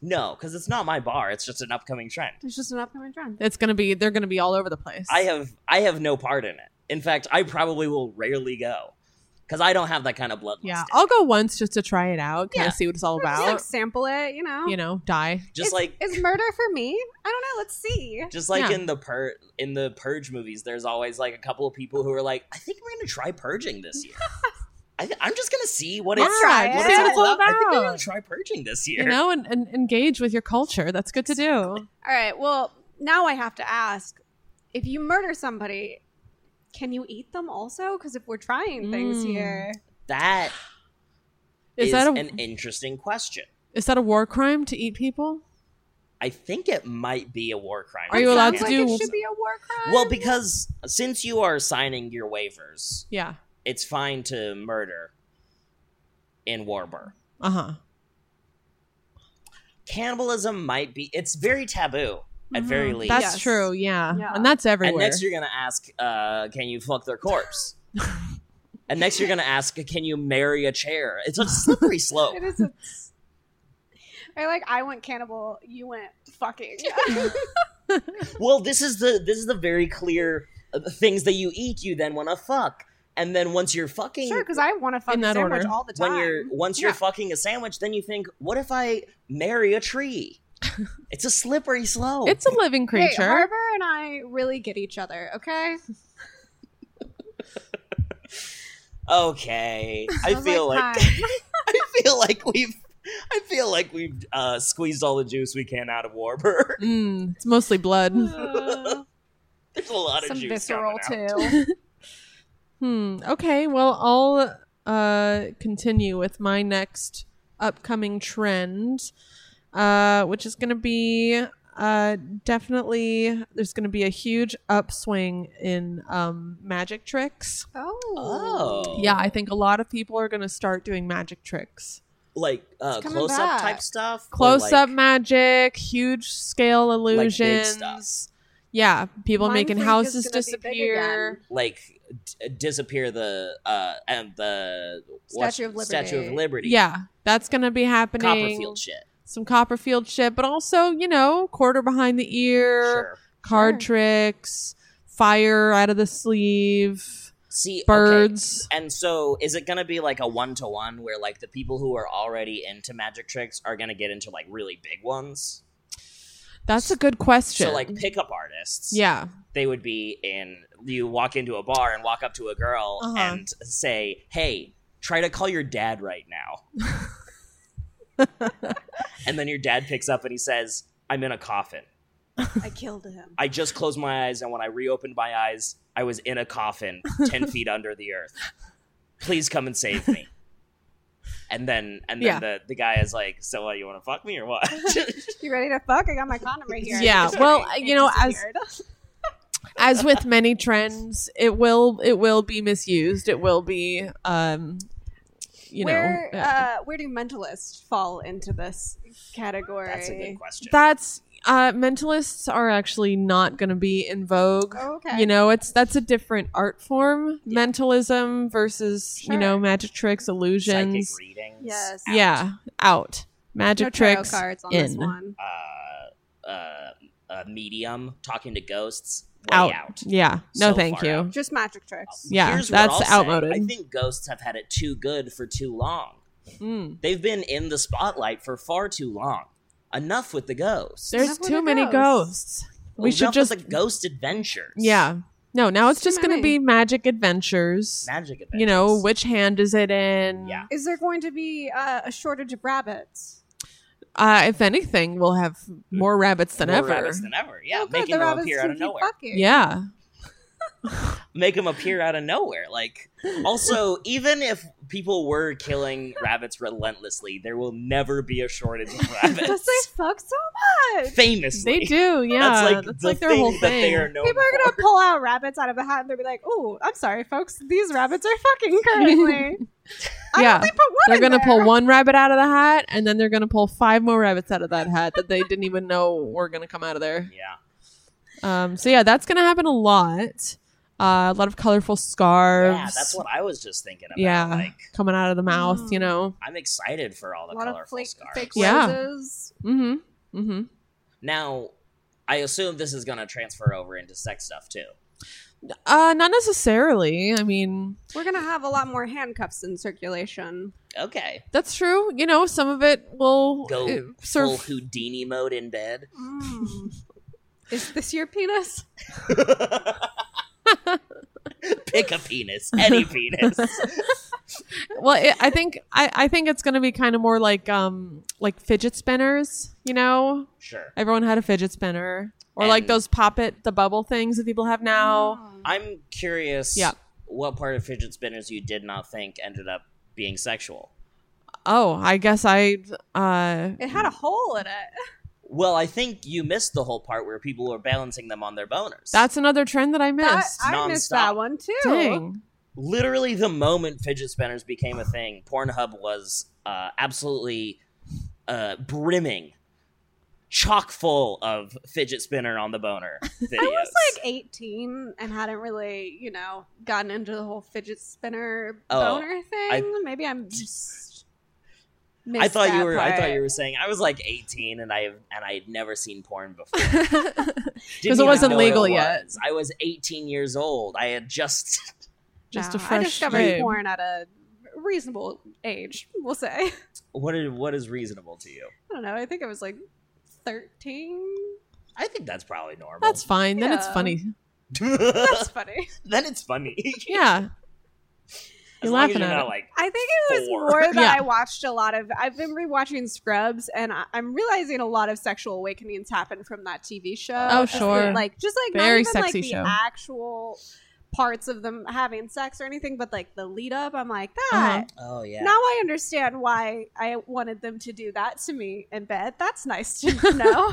A: no, because it's not my bar. It's just an upcoming trend.
B: It's just an upcoming trend.
C: It's going to be, they're going to be all over the place.
A: I have I have no part in it. In fact, I probably will rarely go because I don't have that kind of bloodlust.
C: Yeah.
A: in
C: Oh, I'll go once just to try it out, kind
A: Yeah.
C: of see what it's all
B: Just like
C: about.
B: sample it, you know.
C: You know, die.
A: it. just
B: It's-
A: like
B: is murder for me? I don't know. Let's see.
A: just like
C: Yeah.
A: in the pur- in the purge movies, there's always like a couple of people who are like, I think we're gonna try purging this year. I th- I'm just gonna see what it's
B: try it.
A: what
B: See
A: it's
B: what it's
A: all
C: all
A: about. I think I'm gonna
C: about."
A: try purging this year.
C: You know, and, and engage with your culture. That's good to do.
B: All right. Well, now I have to ask: if you murder somebody, can you eat them also? Because if we're trying things
C: Mm.
B: here,
A: That
C: Is,
A: is,
C: that a
A: an interesting question.
C: is that a war crime to eat people?
A: I think it might be a war crime.
C: Are you
B: That
C: allowed
B: sounds
C: to
B: like
C: do-
B: It should be a war crime.
A: Well, because since you are signing your waivers,
C: Yeah.
A: it's fine to murder in Warburg.
C: Uh huh.
A: cannibalism might be it's very taboo at very least
C: Mm-hmm. That's
B: Yes.
C: true. Yeah.
B: Yeah.
C: And that's everywhere.
A: and next you're gonna ask uh, can you fuck their corpse and next you're gonna ask can you marry a chair it's a slippery slope
B: it is. A, I like. I went cannibal. You went fucking.
A: well this is the this is the very clear uh, things that you eat you then want to fuck and then once you're fucking
B: Sure, because I want to fuck
C: In
B: a
C: that
B: sandwich
C: order.
B: all the time.
A: when you're once you're
B: Yeah.
A: fucking a sandwich, then you think, what if I marry a tree? it's a slippery slope.
C: It's a living
B: Hey,
C: creature.
B: Harbor and I really get each other, okay?
A: okay. I
B: was
A: feel
B: like,
A: like, I feel like we've I feel like we've uh, squeezed all the juice we can out of Warburg.
C: Mm, it's mostly blood.
B: Uh,
A: There's a lot of
B: some
A: juice
B: visceral
A: coming out.
B: too.
C: Hmm. Okay. Well, I'll uh, continue with my next upcoming trend, uh, which is going to be uh, definitely there's going to be a huge upswing in um, magic tricks.
B: Oh.
A: Oh,
C: Yeah, I think a lot of people are going to start doing magic tricks.
A: like uh,
B: It's coming
A: close up
B: back.
A: type stuff. or
C: Close
A: like-
C: up magic, huge scale
A: big stuff.
C: illusions. Yeah, people
B: Mind
C: making
B: Freak is
C: houses
B: gonna be big
C: disappear.
B: again.
A: like d- disappear the uh and the what's-
B: Statue of Liberty.
A: Statue of Liberty.
C: Yeah, that's going to be happening.
A: Copperfield shit.
C: some Copperfield shit, but also, you know, quarter behind the ear,
A: Sure.
C: card
B: Sure.
C: tricks, fire out of the sleeve,
A: See okay.
C: birds.
A: And so, is it going to be like a one to one where like the people who are already into magic tricks are going to get into like really big ones?
C: That's a good question.
A: So like pickup artists,
C: yeah.
A: they would be in. You walk into a bar and walk up to a girl
C: Uh-huh.
A: and say, "Hey, try to call your dad right now." and then your dad picks up and he says, "I'm in a coffin.
B: I killed him.
A: I just closed my eyes, and when I reopened my eyes, I was in a coffin, ten feet under the earth. Please come and save me. And then, and then
C: Yeah.
A: the, the guy is like, "So, uh, you want to fuck me or what?"
B: You ready to fuck? I got my condom right here.
C: Yeah,
B: Sorry,
C: well,
B: it
C: you know, as-
B: disappeared.
C: As with many trends, it will it will be misused. It will be um you
B: where,
C: know uh,
B: uh, where do mentalists fall into this category?
A: That's a good question.
C: that's uh mentalists are actually not going to be in vogue.
B: Oh, okay.
C: You know, it's that's a different art form. Mentalism versus, you know,
B: Sure.
C: magic tricks, illusions.
A: Psychic readings.
B: Yes.
A: out.
C: Yeah, out. Magic
B: no tarot
C: tricks
B: cards on this
C: in.
B: one.
A: Uh, uh, a medium talking to ghosts. Way
C: out.
A: out.
C: Yeah. No,
A: So
C: thank
A: far
C: you.
A: out.
B: Just magic tricks.
C: Yeah,
A: Here's what
C: that's
A: I'll say.
C: outmoded.
A: I think ghosts have had it too good for too long.
C: Mm.
A: They've been in the spotlight for far too long. Enough with the ghosts.
C: There's
B: Enough with
C: too
B: the
C: many
B: ghosts.
C: ghosts. We
A: Enough
C: should
A: with
C: just
A: the ghost adventures.
C: yeah. No, now it's
B: There's
C: just
B: too
C: gonna be
B: many.
C: magic adventures.
A: magic adventures.
C: You know, which hand is it in?
A: Yeah.
B: Is there going to be uh, a shortage of rabbits?
C: Uh, if anything, we'll have more rabbits than
A: Hmm. More
C: ever.
A: rabbits than ever. Yeah,
B: Oh, good,
A: making
B: the
A: them
B: rabbits
A: appear
B: can
A: out of
B: keep
A: nowhere.
B: fucking.
C: yeah.
A: Make them appear out of nowhere. Like, also, even if people were killing rabbits relentlessly, there will never be a shortage of
B: Because
A: rabbits.
B: they fuck so much.
A: Famously,
C: They do, yeah.
A: That's like the
C: their
A: thing
C: whole
A: that they
C: thing.
A: are known
B: People are
A: for.
B: gonna pull out rabbits out of a hat and they'll be like, "Oh, I'm sorry, folks. These rabbits are fucking currently." I
C: Yeah.
B: only put one.
C: They're
B: in
C: gonna
B: there.
C: pull one rabbit out of the hat, and then they're gonna pull five more rabbits out of that hat that they didn't even know were gonna come out of there.
A: Yeah.
C: Um, so yeah, that's gonna happen a lot. Uh, a lot of colorful scarves.
A: Yeah, that's what I was just thinking about.
C: Yeah.
A: Like,
C: coming out of the mouth. You
B: Mm.
C: know.
A: I'm excited for all
B: A
A: the
B: lot
A: colorful
B: of flake,
A: scarves.
B: fake
C: Yeah.
B: roses.
C: Mm-hmm. Mm-hmm.
A: Now, I assume this is going to transfer over into sex stuff too.
C: Uh, not necessarily. I mean,
B: We're gonna have a lot more handcuffs in circulation.
A: Okay.
C: that's true. You know, some of it will uh,
A: Go
C: it
A: Full
C: serve.
A: Houdini mode in bed.
B: Mm. Is this your penis?
A: Pick a penis, any penis.
C: Well, it, I think I, I think it's gonna be kind of more like um like fidget spinners. You know,
A: Sure.
C: everyone had a fidget spinner. Or like
A: And-
C: those pop it the bubble things that people have now.
A: I'm curious
C: Yeah.
A: what part of fidget spinners you did not think ended up being sexual.
C: Oh, I guess I uh
B: It had a hole in it.
A: Well, I think you missed the whole part where people were balancing them on their boners.
C: that's another trend that I
B: That,
C: missed.
B: I missed
A: Nonstop.
B: that one too.
C: Dang.
A: literally the moment fidget spinners became a thing, Pornhub was uh, absolutely uh, brimming, chock full of fidget spinner on the boner videos.
B: I was like 18 and hadn't really, you know, gotten into the whole fidget spinner
A: Oh,
B: boner thing. Maybe I'm just.
A: I thought you were. I thought you were saying I was like 18 and I and I had never seen porn before Didn't
C: it
A: even
C: wasn't
A: know what
C: legal
A: it
C: yet.
A: was. I was 18 years old. I had just
C: Just
B: No,
C: a fresh
B: I discovered
C: babe.
B: porn at a reasonable age, we'll say. I
A: What is what is reasonable to you?
B: don't know. I think I was like 13.
A: I think that's probably normal.
C: That's fine. Then it's
B: Yeah.
C: funny.
B: That's funny.
A: then it's funny.
C: Yeah.
A: as
C: You're
A: long
C: laughing
A: as you're
C: at
A: not
C: it.
A: like
B: I think it was
A: Four.
B: more that
C: Yeah.
B: I watched a lot of. I've been rewatching Scrubs, and I, I'm realizing a lot of sexual awakenings happen from that TV show.
A: Oh,
B: Just the,
A: sure.
B: like just like
C: Very
B: not even
C: sexy
B: like the
C: show.
B: actual parts of them having sex or anything, but like the lead up. I'm like that.
C: Uh-huh.
A: oh yeah.
B: Now I understand why I wanted them to do that to me in bed. That's nice to know.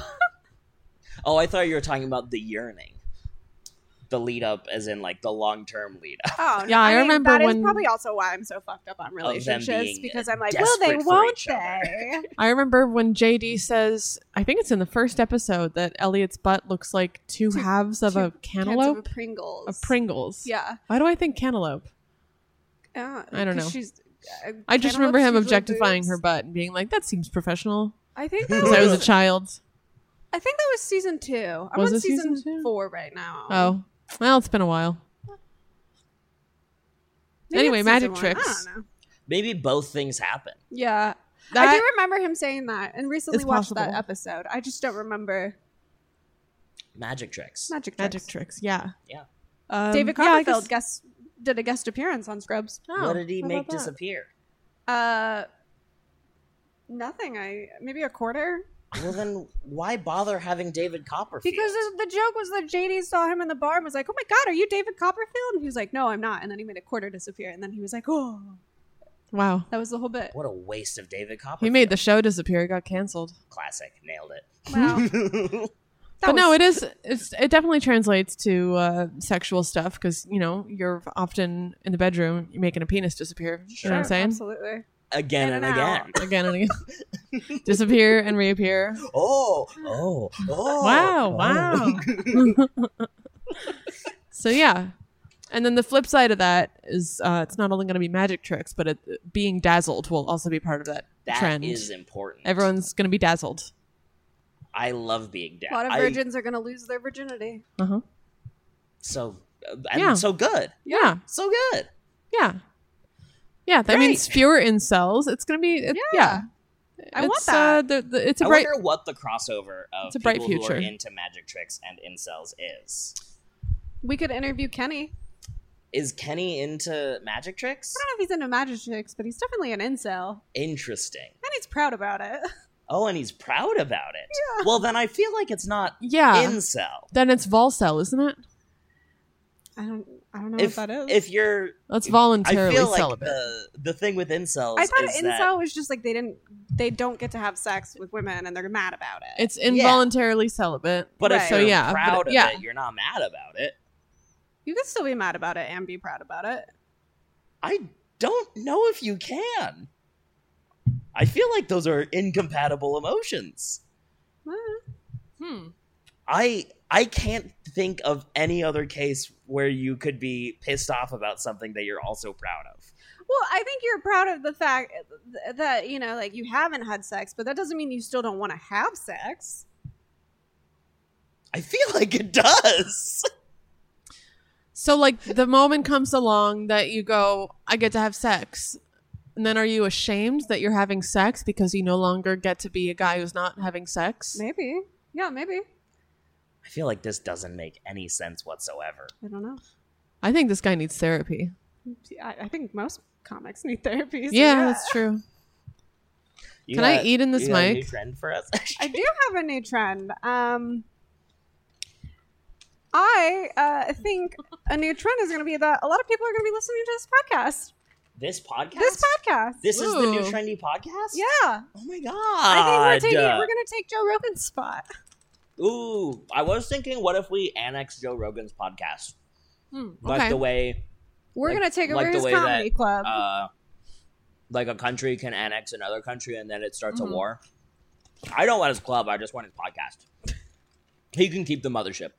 A: Oh, I thought you were talking about the yearning. The lead up as in like the long term lead up.
B: Oh, no.
C: Yeah, I
B: mean,
C: remember
B: that is
C: when-
B: probably also why I'm so fucked up on relationships
A: being
B: because I'm like, well, they
A: desperate for
B: won't
A: each other.
B: they?
C: I remember when JD says, I think it's in the first episode, that Elliot's butt looks like two,
B: Two-
C: halves of
B: two
C: a
B: Cans of
C: cantaloupe,
B: Pringles,
C: a Pringles.
B: Yeah,
C: Why do I think cantaloupe?
B: Uh,
C: I don't
B: 'cause
C: know.
B: She's, uh,
C: I just
B: cantaloupes
C: remember him
B: usually
C: objectifying her
B: boobs.
C: butt and being like, that seems professional.
B: I think that
C: Because I was a
B: was.
C: child.
B: I think that was season two. I'm
C: Was
B: on
C: it season
B: season,
C: two?
B: four right now.
C: Oh. Well, it's been a while.
B: Maybe
C: Anyway,
B: it's
C: magic
B: season one. I don't
C: tricks.
B: know.
A: Maybe both things happen.
B: Yeah, I
C: That-
B: do remember him saying that, and recently
C: It's
B: watched that
C: possible.
B: episode. I just don't remember
A: Magic tricks.
B: magic tricks.
C: Magic tricks, yeah.
A: Yeah.
C: Um,
B: David
C: yeah, I
B: Copperfield
C: guess- Oh,
B: guest did a guest appearance on Scrubs.
A: what did he
C: how
A: make
C: about that?
A: disappear?
B: Uh, nothing. I maybe a quarter
A: Well then why bother having David Copperfield?
B: because the joke was that JD saw him in the bar and was like, "Oh my God, are you David Copperfield?" And he was like, "No, I'm not." And then he made a quarter disappear, and then he was like, "Oh,
C: Wow.
B: that was the whole bit."
A: what a waste of David Copperfield.
C: He made the show disappear. It got canceled.
A: classic. Nailed it.
B: Wow, that
C: but no,
B: was-
C: it is. It's, it definitely translates to uh, sexual stuff because you know you're often in the bedroom you're making a penis disappear. You know what I'm
B: Sure,
C: saying?
B: Absolutely.
A: again
B: In
A: and,
B: and out.
A: again.
C: Again and again, disappear and reappear.
A: Oh, oh, oh.
C: Wow!
A: oh.
C: Wow! so yeah, and then the flip side of that is uh, it's not only going to be magic tricks, but it, being dazzled will also be part of that,
A: That
C: trend.
A: is important.
C: Everyone's going to be dazzled.
A: I love being dead.
B: A lot of
A: I-
B: virgins are going to lose their virginity.
C: Uh-huh.
A: so and
C: Yeah.
A: so good.
C: yeah.
A: So good.
C: Yeah. Yeah, that
A: Great.
C: means fewer incels. It's gonna be it, yeah.
B: Yeah. I want
C: It's,
B: that.
C: Uh, the, the, it's a
A: I
C: bright.
A: wonder what the crossover of
C: It's a
A: people
C: bright
A: who are
C: future.
A: into magic tricks and incels is.
B: We could interview Kenny.
A: Is Kenny into magic tricks?
B: I don't know if he's into magic tricks, but he's definitely an incel,
A: Interesting.
B: and he's proud about it.
A: Oh, and he's proud about it. Well, then I feel like it's not
C: Yeah.
A: incel.
C: then it's volcel, isn't it?
B: I don't. I don't know
A: If,
B: what that is.
A: if you're,
C: That's
A: I
C: voluntarily
A: feel like
C: celibate.
A: the, the thing with incels
B: I thought
A: is
B: incel
A: that
B: was just like they didn't, they don't get to have sex with women, and they're mad about it.
C: it's involuntarily celibate.
A: But
B: Right.
A: if
B: So,
A: you're
C: yeah, but-
A: proud of
C: yeah.
A: it, you're not mad about it.
B: you can still be mad about it and be proud about it.
A: I don't know if you can. I feel like those are incompatible emotions.
B: Eh,
C: Hmm.
A: I I can't think of any other case where you could be pissed off about something that you're also proud of.
B: Well, I think you're proud of the fact th- that you know, like you haven't had sex, but that doesn't mean you still don't want to have sex.
A: I feel like it does.
C: So like the moment comes along that you go, I get to have sex, and then are you ashamed that you're having sex because you no longer get to be a guy who's not having sex?
B: Maybe, yeah, maybe.
A: I feel like this doesn't make any sense whatsoever.
B: I don't know.
C: I think this guy needs therapy.
B: I, I think most comics need therapy. so
C: Yeah, that's true.
A: You
C: Can I eat in this
A: you got a new
C: mic?
A: trend for us.
B: I do have a new trend. Um, I uh, think a new trend is going to be that a lot of people are going to be listening to this podcast.
A: this podcast.
B: This podcast.
A: This is the new
C: Ooh.
A: trendy podcast.
B: Yeah,
A: Oh my god.
B: I think we're taking. We're going to take Joe Rogan's spot.
A: Ooh, I was thinking, what if we annex Joe Rogan's podcast?
C: Hmm,
A: Like
C: Okay.
A: the way,
B: We're
A: Like-
B: going to take over
A: like the
B: his
A: way
B: comedy club.
A: uh, like a country can annex another country, and then it starts
C: Mhm.
A: a war. I don't want his club. I just want his podcast. He can keep the mothership.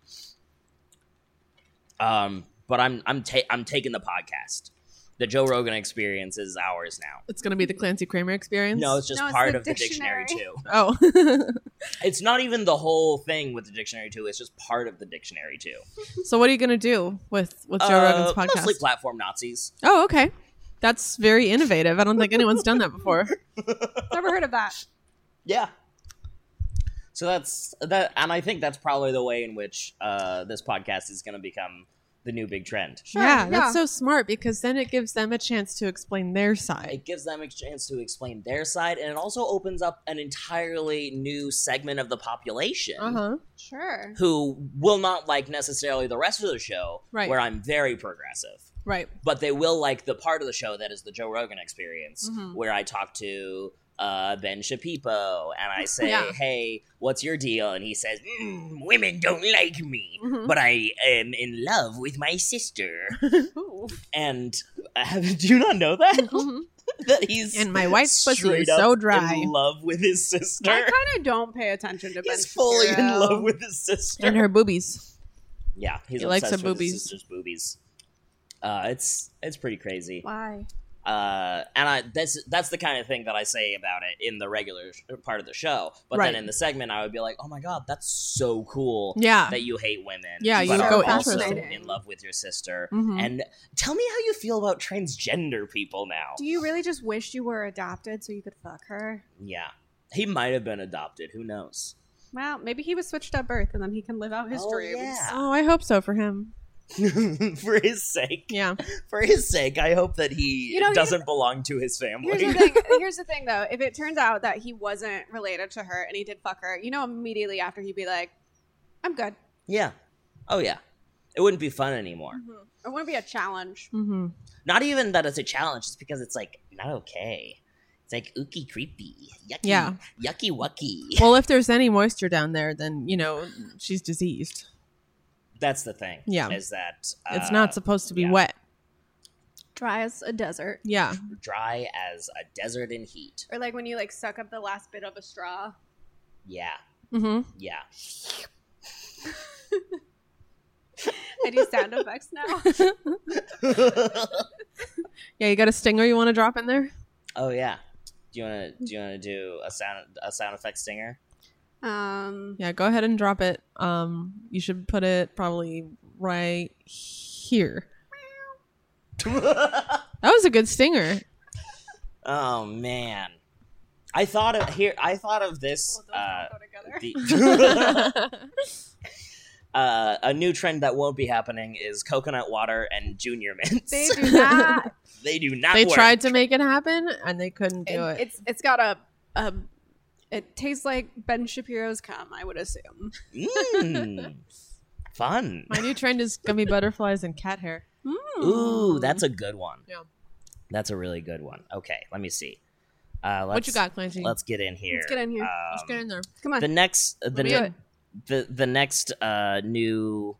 A: Um, but I'm I'm ta- I'm taking the podcast. The Joe Rogan experience is ours now.
C: It's gonna be the Clancy Kramer experience.
A: No, it's just
B: No, it's
A: part
B: the
A: of the Dictionary
B: dictionary.
A: 2.
C: Oh.
A: It's not even the whole thing with the Dictionary 2, it's just part of the Dictionary 2.
C: so what are you gonna do with with Joe
A: Uh,
C: Rogan's podcast?
A: Mostly platform Nazis.
C: oh, okay. That's very innovative. I don't think anyone's done that before.
B: Never heard of that.
A: Yeah. So that's that, and I think that's probably the way in which uh, this podcast is going to become the new big trend.
B: Sure,
C: yeah,
B: yeah.
C: that's so smart because then it gives them a chance to explain their side.
A: It gives them a chance to explain their side, and it also opens up an entirely new segment of the population
C: Uh huh.
B: Sure.
A: who will not like necessarily the rest of the show,
C: Right.
A: where I'm very progressive.
C: Right.
A: but they will like the part of the show that is the Joe Rogan experience,
C: Mhm.
A: where I talk to uh, Ben Shapipo and I say,
C: Yeah.
A: "Hey, what's your deal?" And he says, mm, "Women don't like me,
C: Mhm.
A: but I am in love with my sister."
B: Ooh.
A: and uh, do you not know that
B: Mm-hmm.
A: that he's
C: Mm-hmm. And my wife's pussy
A: straight
C: is
A: up
C: so dry.
A: in love with his
B: I
A: sister.
B: kind of don't pay attention to Ben.
A: He's fully in
B: Shapiro.
A: love with his sister.
C: And her boobies.
A: yeah, he's
C: He likes
A: obsessed
C: her
A: with his
C: boobies.
A: sister's boobies. Uh, it's it's pretty crazy.
B: Why?
A: uh, and I that's that's the kind of thing that I say about it in the regular sh- part of the show. But
C: Right.
A: then in the segment, I would be like, "Oh my god, that's so cool
C: Yeah.
A: that you hate women,
C: Yeah,
A: but
B: you
A: are
B: go Mm-hmm.
A: also
B: fascinating.
A: in love with your sister."
C: Mhm.
A: And tell me how you feel about transgender people now.
B: Do you really just wish you were adopted so you could fuck her?
A: yeah, he might have been adopted. Who knows?
B: Well, maybe he was switched at birth and then he can live out his
A: Oh,
B: dreams.
A: yeah.
C: Oh, I hope so for him.
A: for his sake,
C: Yeah.
A: for his sake, I hope that he
B: You know,
A: doesn't belong to his
B: Here's
A: family.
B: the thing. Here's the thing, though. If it turns out that he wasn't related to her and he did fuck her, you know, immediately after he'd be like, "I'm good."
A: yeah. Oh yeah. It wouldn't be fun anymore.
B: It wouldn't be a challenge.
C: Mm-hmm.
A: not even that it's a challenge it's because it's like not okay it's like ooky creepy yucky
C: Yeah.
A: yucky wucky
C: Well, if there's any moisture down there, then you know she's diseased.
A: that's the thing
C: Yeah.
A: is that
C: it's
A: uh,
C: not supposed to be
A: yeah.
C: wet.
B: Dry as a desert,
C: Yeah.
A: dry as a desert in heat
B: or like when you like suck up the last bit of a straw.
A: yeah
C: Mm-hmm.
A: yeah
B: I do sound effects now.
C: Yeah. You got a stinger you want to drop in there?
A: oh yeah do you want to do you want to do a sound a sound effect stinger
B: Um,
C: Yeah. Go ahead and drop it. Um, you should put it probably right here. That was a good stinger.
A: oh man i thought of here i thought of this
B: well, Oh,
A: uh
B: those don't go together.
A: the- uh, a new trend that won't be happening is coconut water and junior mints.
B: they do not.
A: They do not.
C: they
A: work.
C: tried to make it happen and they couldn't do
B: it,
C: it.
B: it's it's got a um. It tastes like Ben Shapiro's cum, I would assume.
A: Mm. Fun.
C: My new trend is gummy butterflies and cat hair.
A: Ooh, that's a good one.
C: Yeah.
A: That's a really good one. Okay, let me see. Uh, let's,
C: what you got, Clancy?
A: Let's get in here. Um,
B: get in here.
C: Let's get in there.
B: Come on.
A: The next, uh, the,
C: me
A: ne-
C: do it.
A: the the next uh, new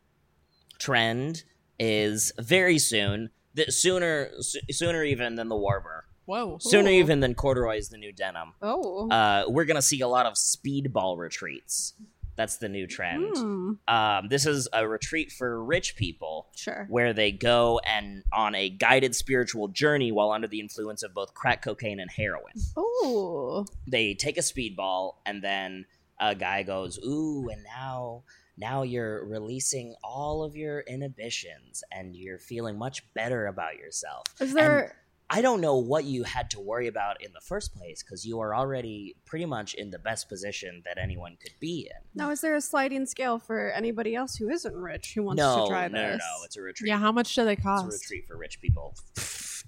A: trend is very soon. The, sooner, so- sooner even than the Warbur.
C: Whoa.
A: Sooner
B: Ooh.
A: even than corduroy is the new denim.
B: oh.
A: Uh, we're gonna see a lot of speedball retreats. That's the new trend.
B: Hmm.
A: Um, this is a retreat for rich people
B: Sure.
A: where they go and on a guided spiritual journey while under the influence of both crack cocaine and heroin.
B: Oh.
A: They take a speedball and then a guy goes, "Ooh, and now now you're releasing all of your inhibitions and you're feeling much better about yourself."
B: Is there
A: I don't know what you had to worry about in the first place cuz you are already pretty much in the best position that anyone could be in.
B: now is there a sliding scale for anybody else who isn't rich who wants
A: no,
B: to try
A: no, no,
B: this?
A: no, it's a retreat.
C: Yeah, how much do they
A: it's a
C: cost?
A: retreat for rich people.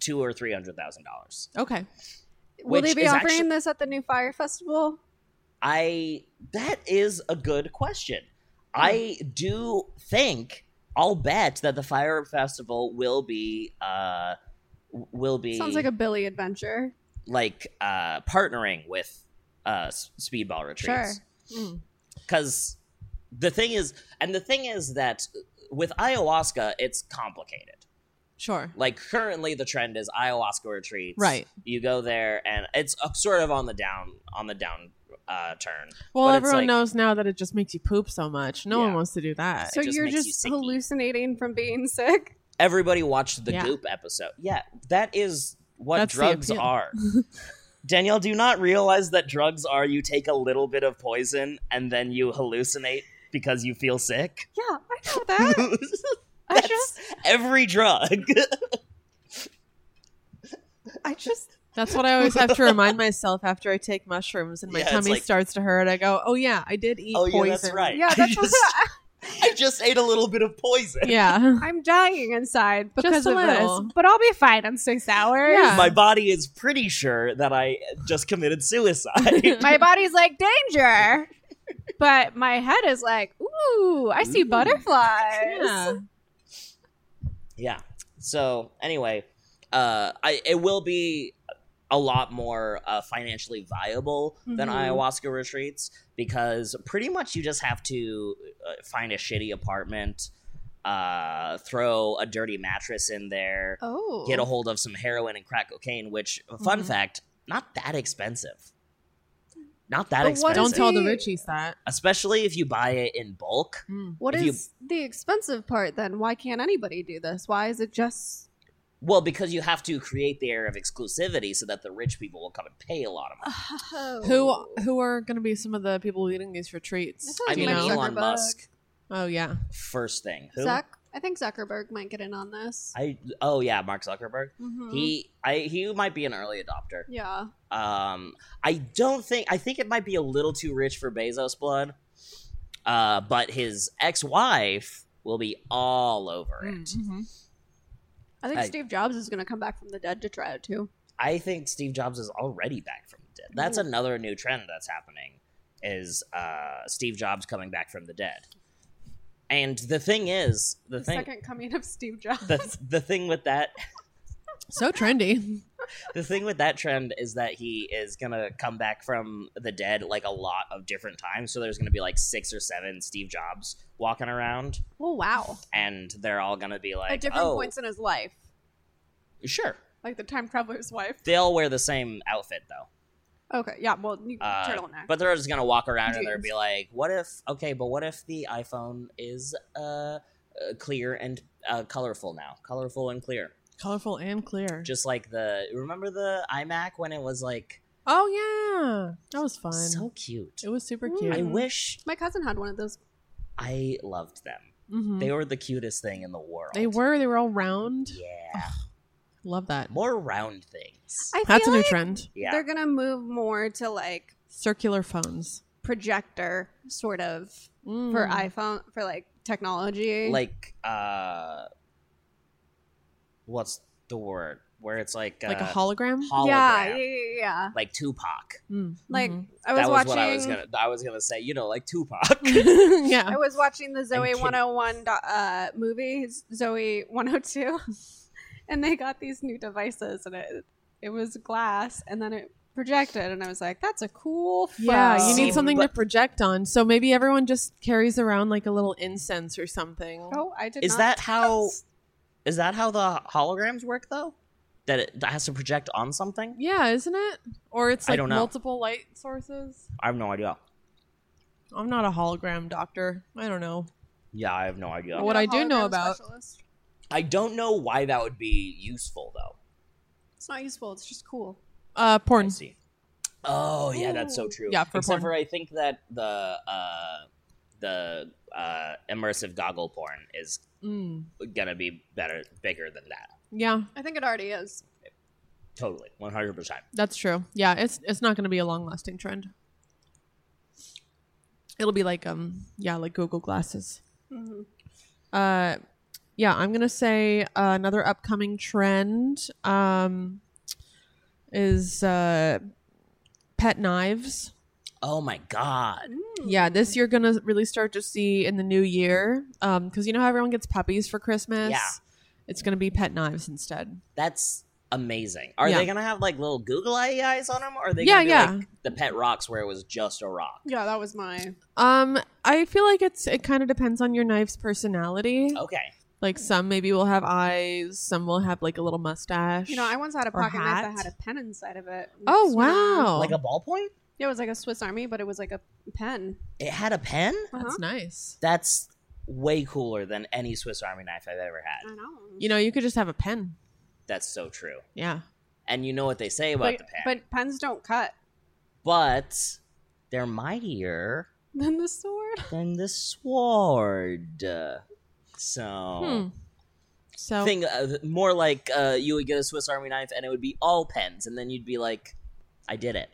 A: 2 or 300,000 dollars.
C: Okay.
B: Will
A: Which
B: they be
A: is
B: offering
A: actu-
B: this at the new fire festival?
A: I that is a good question.
B: Hmm.
A: I do think I'll bet that the Fire Festival will be uh will be
B: Sounds like a Billy adventure.
A: like, uh partnering with uh s- speedball retreats.
B: Sure.
C: Mm,
A: Cuz the thing is and the thing is that with ayahuasca it's complicated.
C: Sure.
A: Like currently the trend is ayahuasca retreats.
C: Right.
A: You go there and it's uh, sort of on the down on the down uh turn.
C: Well,
A: But it's
C: everyone
A: like-
C: knows now that it just makes you poop so much. No
A: Yeah.
C: one wants to do that.
B: So
A: just
B: you're
A: makes you
B: just
A: sicky.
B: hallucinating from being sick.
A: Everybody watched the
C: Yeah.
A: Goop episode. Yeah, that is what
C: That's the
A: drugs
C: appeal.
A: are. Danielle, do you not realize that drugs are you take a little bit of poison and then you hallucinate because you feel sick?
B: Yeah, I know that. I
A: That's
B: just,
A: every drug.
B: I just,
C: That's what I always have to remind myself after I take mushrooms and my
A: Yeah, it's
C: tummy
A: like-
C: starts to hurt. I go, oh yeah, I did eat
A: oh,
C: poison.
A: yeah, that's right.
B: yeah,
A: I
B: that's
A: just,
B: what
A: I just ate a little bit of poison.
C: Yeah.
B: I'm dying inside because
C: a
B: of
C: little.
B: this, but I'll be fine in six hours.
C: Yeah.
A: My body is pretty sure that I just committed suicide.
B: My body's like danger, but my head is like, ooh, I see
A: Ooh.
B: butterflies.
C: Yeah.
A: Yeah. So anyway, uh, I it will be a lot more uh, financially viable than
C: Mhm.
B: Mm-hmm.
A: ayahuasca retreats because pretty much you just have to uh, find a shitty apartment, uh, throw a dirty mattress in there,
B: Oh, Mm-hmm.
A: get a hold of some heroin and crack cocaine. Which, fun
C: Mhm.
A: fact, not that expensive. Not that
B: But what
A: expensive,
C: Don't
B: is
C: tell the
B: he-
C: Richies that.
A: especially if you buy it in bulk.
C: Mm.
B: What
A: if
B: is
A: you-
B: the expensive part then? Why can't anybody do this? Why is it just?
A: Well, because you have to create the air of exclusivity so that the rich people will come and pay a lot of money.
B: Oh.
C: Who who are going to be some of the people leading these retreats?
B: That
A: I
B: sounds
A: mean,
C: you know?
B: like
A: Elon
B: Zuckerberg.
A: Musk
C: Oh yeah.
A: first thing. Who?
B: Zuck? I think Zuckerberg might get in on this.
A: I oh yeah, Mark Zuckerberg.
B: Mhm.
A: He I he might be an early adopter.
B: yeah.
A: Um, I don't think I think it might be a little too rich for Bezos blood. Uh, but his ex-wife will be all over it.
B: Mm-hmm.
C: Mhm.
B: I think
A: I-
B: Steve Jobs is going to come back from the dead to try it too.
A: I think Steve Jobs is already back from the dead. That's
B: Ooh.
A: another new trend that's happening is uh, Steve Jobs coming back from the dead. And the thing is, the,
B: The
A: thing
B: second coming of Steve Jobs.
A: the the thing with that
C: So trendy.
A: the thing with that trend is that he is gonna come back from the dead like a lot of different times. So there's gonna be like six or seven Steve Jobs walking around,
B: oh wow!
A: and they're all gonna be like,
B: At different
A: "Oh,
B: points in his life,
A: sure."
B: like the time traveler's wife.
A: They all wear the same outfit though,
B: Okay, yeah. Well, you
A: Uh,
B: turtleneck.
A: but they're just gonna walk around and they'll
B: Jeans.
A: be like, "What if? Okay, but what if the iPhone is uh, uh clear and uh, colorful now, colorful and clear,
C: Colorful and clear.
A: just like the remember the iMac when it was like
C: oh yeah. That was fun.
A: so cute."
C: it was super
B: Mm.
C: cute.
A: I
B: w-
A: wish
B: My cousin had one of those.
A: I loved them.
C: Mhm.
B: Mm-hmm.
A: They were the cutest thing in the world.
C: They were. They were all round.
A: Yeah.
C: Love that.
A: More round things.
B: I
C: That's a
B: feel
C: new
B: like
C: trend.
A: yeah.
B: they're gonna move more to like
C: Circular phones Mm.
B: projector sort of for iPhone for like technology.
A: Like uh what's the word? Where it's like uh,
C: like a hologram.
A: hologram.
B: yeah, yeah, yeah, yeah.
A: Like Tupac.
C: Mm,
B: Like
C: mhm.
B: I was
A: that was
B: watching.
A: what I was gonna I was gonna say, you know, like Tupac.
C: yeah.
B: I was watching the Zoe
A: kidding.
B: 101 do- uh, movie, Zoe 102, and they got these new devices, and it it was glass, and then it projected, and I was like, "That's a cool phone."
C: Yeah, you
A: See,
C: need something to
A: but-
C: project on. So maybe everyone just carries around like a little incense or something.
B: Oh, I did.
A: is
B: not-
A: that how is that how the holograms work though? That it that has to project on something?
C: Yeah, isn't it? Or it's
A: I
C: like
A: don't know.
C: multiple light sources.
A: I have no idea.
C: I'm not a hologram doctor. I don't know.
A: Yeah, I have no idea.
C: Well, what
B: Yeah,
C: I do know
B: hologram
C: about-
B: specialist.
A: I don't know why that would be useful though.
B: It's not useful. It's just cool.
C: Uh,
A: I
C: porn.
A: see. Oh yeah, that's so
B: Ooh.
A: true.
C: Yeah, for
A: except
C: porn.
A: for I think that the uh, the uh, immersive goggle porn is
C: Mm.
A: gonna be better, bigger than that.
C: Yeah,
B: I think it already is.
A: Totally, one hundred percent.
C: that's true. Yeah, it's it's not going to be a long lasting trend. It'll be like um yeah like Google glasses.
B: Mhm.
C: Uh, yeah, I'm gonna say uh, another upcoming trend um is uh pet knives.
A: Oh my god.
C: Yeah, this you're gonna really start to see in the new year, because you know how everyone gets puppies for Christmas.
A: Yeah.
C: it's gonna be pet knives instead.
A: That's amazing. Are
C: Yeah.
A: they gonna have like little Google eye eyes on them, or are they?
C: Yeah,
A: gonna be,
C: yeah.
A: Like, the pet rocks where it was just a rock.
B: Yeah, that was my.
C: Um, I feel like it's it kind of depends on your knife's personality.
A: Okay.
C: Like some maybe will have eyes, some will have like a little mustache.
B: You know, I once had a
C: Or
B: pocket knife
C: hat.
B: that had a pen inside of it.
C: oh
B: It's
C: wow,
A: Like a ballpoint.
B: Yeah, it was like a Swiss Army, but it was like a pen.
A: It had a pen.
B: Uh-huh.
C: that's nice.
A: That's way cooler than any Swiss Army knife I've ever
B: I
A: had.
B: know.
C: You know, you could just have a pen.
A: That's so true.
C: Yeah.
A: And you know what they say about
B: but,
A: the pen.
B: but pens don't cut.
A: but they're mightier
B: Then the sword.
A: than the sword.
C: Hmm.
A: So,
C: So
A: thing uh, more like uh, you would get a Swiss Army knife and it would be all pens, and then you'd be like, "I did it."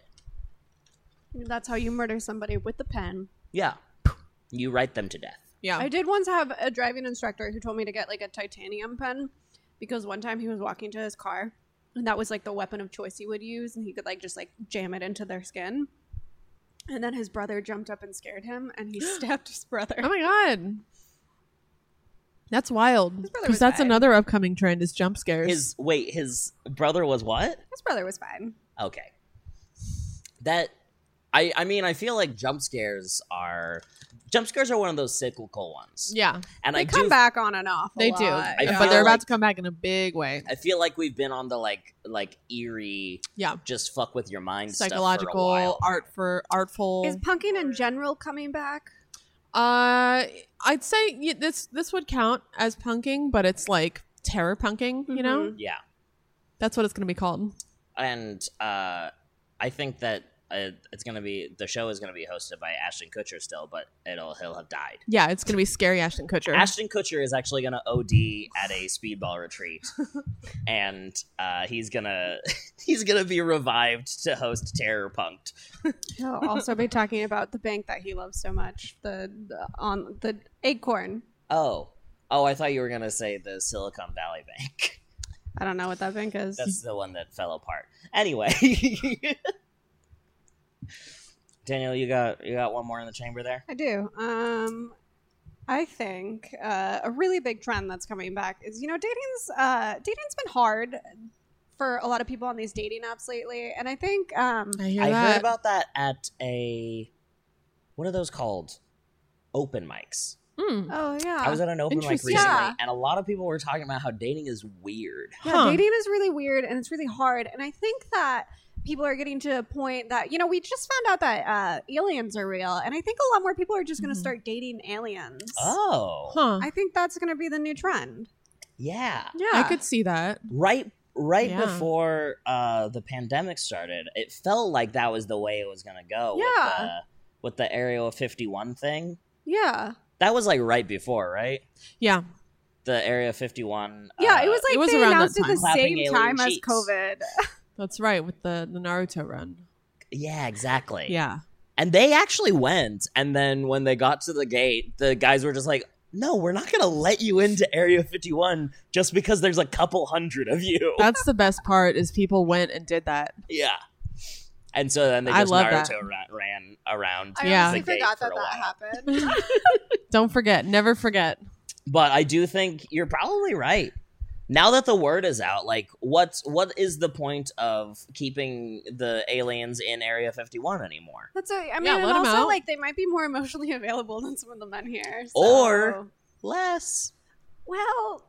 B: That's how you murder somebody with the pen.
A: Yeah, you write them to death.
C: yeah.
B: I did once have a driving instructor who told me to get like a titanium pen because one time he was walking to his car and that was like the weapon of choice he would use and he could like just like jam it into their skin. And then his brother jumped up and scared him and he stabbed his brother.
C: oh my god. That's wild.
B: His brother
C: Because
B: was
C: that's
B: fine.
C: another upcoming trend is jump scares.
A: His wait, his brother was what?
B: His brother was fine.
A: Okay, that I I mean I feel like jump scares are jump scares are one of those cyclical ones,
C: yeah,
A: and
B: they
A: I
B: come
A: do
B: back on and off. a
C: they do.
B: lot.
A: I feel
C: But they're
A: like-
C: about to come back in a big way.
A: I feel like we've been on the like like eerie,
C: Yeah.
A: just fuck with your mind, stuff for a
C: Psychological,
A: while.
C: art for artful.
B: Is punking in general coming back?
C: Uh, I'd say y this this would count as punking, but it's like terror punking. You know,
A: Yeah,
C: Mm-hmm. that's what it's gonna be called.
A: and uh, I think that uh, it's gonna be the show is gonna be hosted by Ashton Kutcher still, but it'll he'll have died.
C: Yeah, it's gonna be scary Ashton Kutcher.
A: Ashton Kutcher is actually gonna OD at a speedball retreat, and uh, he's gonna he's gonna be revived to host Terror Punked.
B: He'll also be talking about the bank that he loves so much. The, the on the Acorn.
A: Oh, oh, I thought you were gonna say the Silicon Valley Bank.
B: I don't know what that bank is.
A: That's the one that fell apart. Anyway, Daniel, you got you got one more in the chamber there.
B: I do. Um, I think uh, a really big trend that's coming back is you know dating's uh, dating's been hard for a lot of people on these dating apps lately, and I think um,
C: I hear
A: I
C: that.
A: heard about that at a what are those called? Open mics.
C: Hmm.
B: oh yeah,
A: I was at an open mic
C: Interesting.
A: recently,
B: Yeah.
A: and a lot of people were talking about how dating is weird.
B: Yeah,
C: Huh.
B: dating is really weird and it's really hard. And I think that people are getting to a point that, you know, we just found out that uh, aliens are real. And I think a lot more people are just going to
A: Mm-hmm.
C: Mhm.
B: start dating aliens.
A: Oh,
C: Huh.
B: I think that's going to be the new trend.
A: yeah.
B: Uh-huh. Yeah.
C: I could see that.
A: Right, right
C: Yeah.
A: before uh, the pandemic started, it felt like that was the way it was going to go.
B: Yeah.
A: With the, with the Area 51 thing,
B: Yeah.
A: that was like right before, right?
C: Yeah,
A: The Area 51.
B: Yeah.
A: uh,
B: it was like
C: it was
B: they
C: around that
B: announced it
C: time.
B: the
A: Clapping
B: same
A: alien
B: time as
A: cheeks.
B: COVID.
C: that's right with the the Naruto run.
A: yeah, exactly.
C: Yeah,
A: And they actually went. And then when they got to the gate, the guys were just like, no, we're not going to let you into Area 51 just because there's a couple hundred of you.
C: that's the best part is people went and did that.
A: yeah. And so then they
C: I
A: just
C: love that.
A: Naruto ra- ran around.
C: I Yeah.
A: honestly The gate forgot for that a that
B: happened.
C: Don't forget, never forget.
A: But I do think you're probably right. Now that the word is out, like what's what is the point of keeping the aliens in Area 51 anymore?
B: That's a, I mean,
C: Yeah,
B: and
C: let 'em
B: also,
C: out.
B: like, they might be more emotionally available than some of the men here. so-
A: Or- Less.
B: well,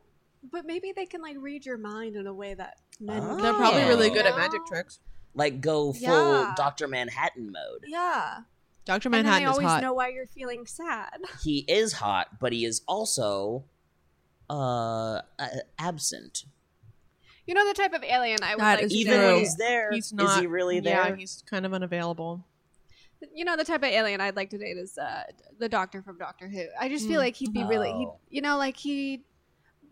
B: but maybe they can, like, read your mind in a way that men
A: Oh.
C: They're probably really good at
B: Yeah.
C: magic tricks.
A: Like go full
B: Yeah.
A: Dr. Manhattan mode.
B: Yeah.
C: Doctor
B: And then
C: Manhattan
B: they
C: is
B: always
C: hot.
B: know why you're feeling sad.
A: he is hot, but he is also uh, uh absent.
B: You know the type of alien I would
C: That
B: like
C: is
B: to
A: Even
C: true.
A: when
B: date.
A: he's there,
C: He's not.
A: is he really
C: Yeah,
A: there?
C: he's kind of unavailable.
B: You know the type of alien I'd like to date is uh, the Doctor from Doctor Who. I just feel
C: Mm.
B: like he'd be really, he,
A: Oh.
B: you know, like he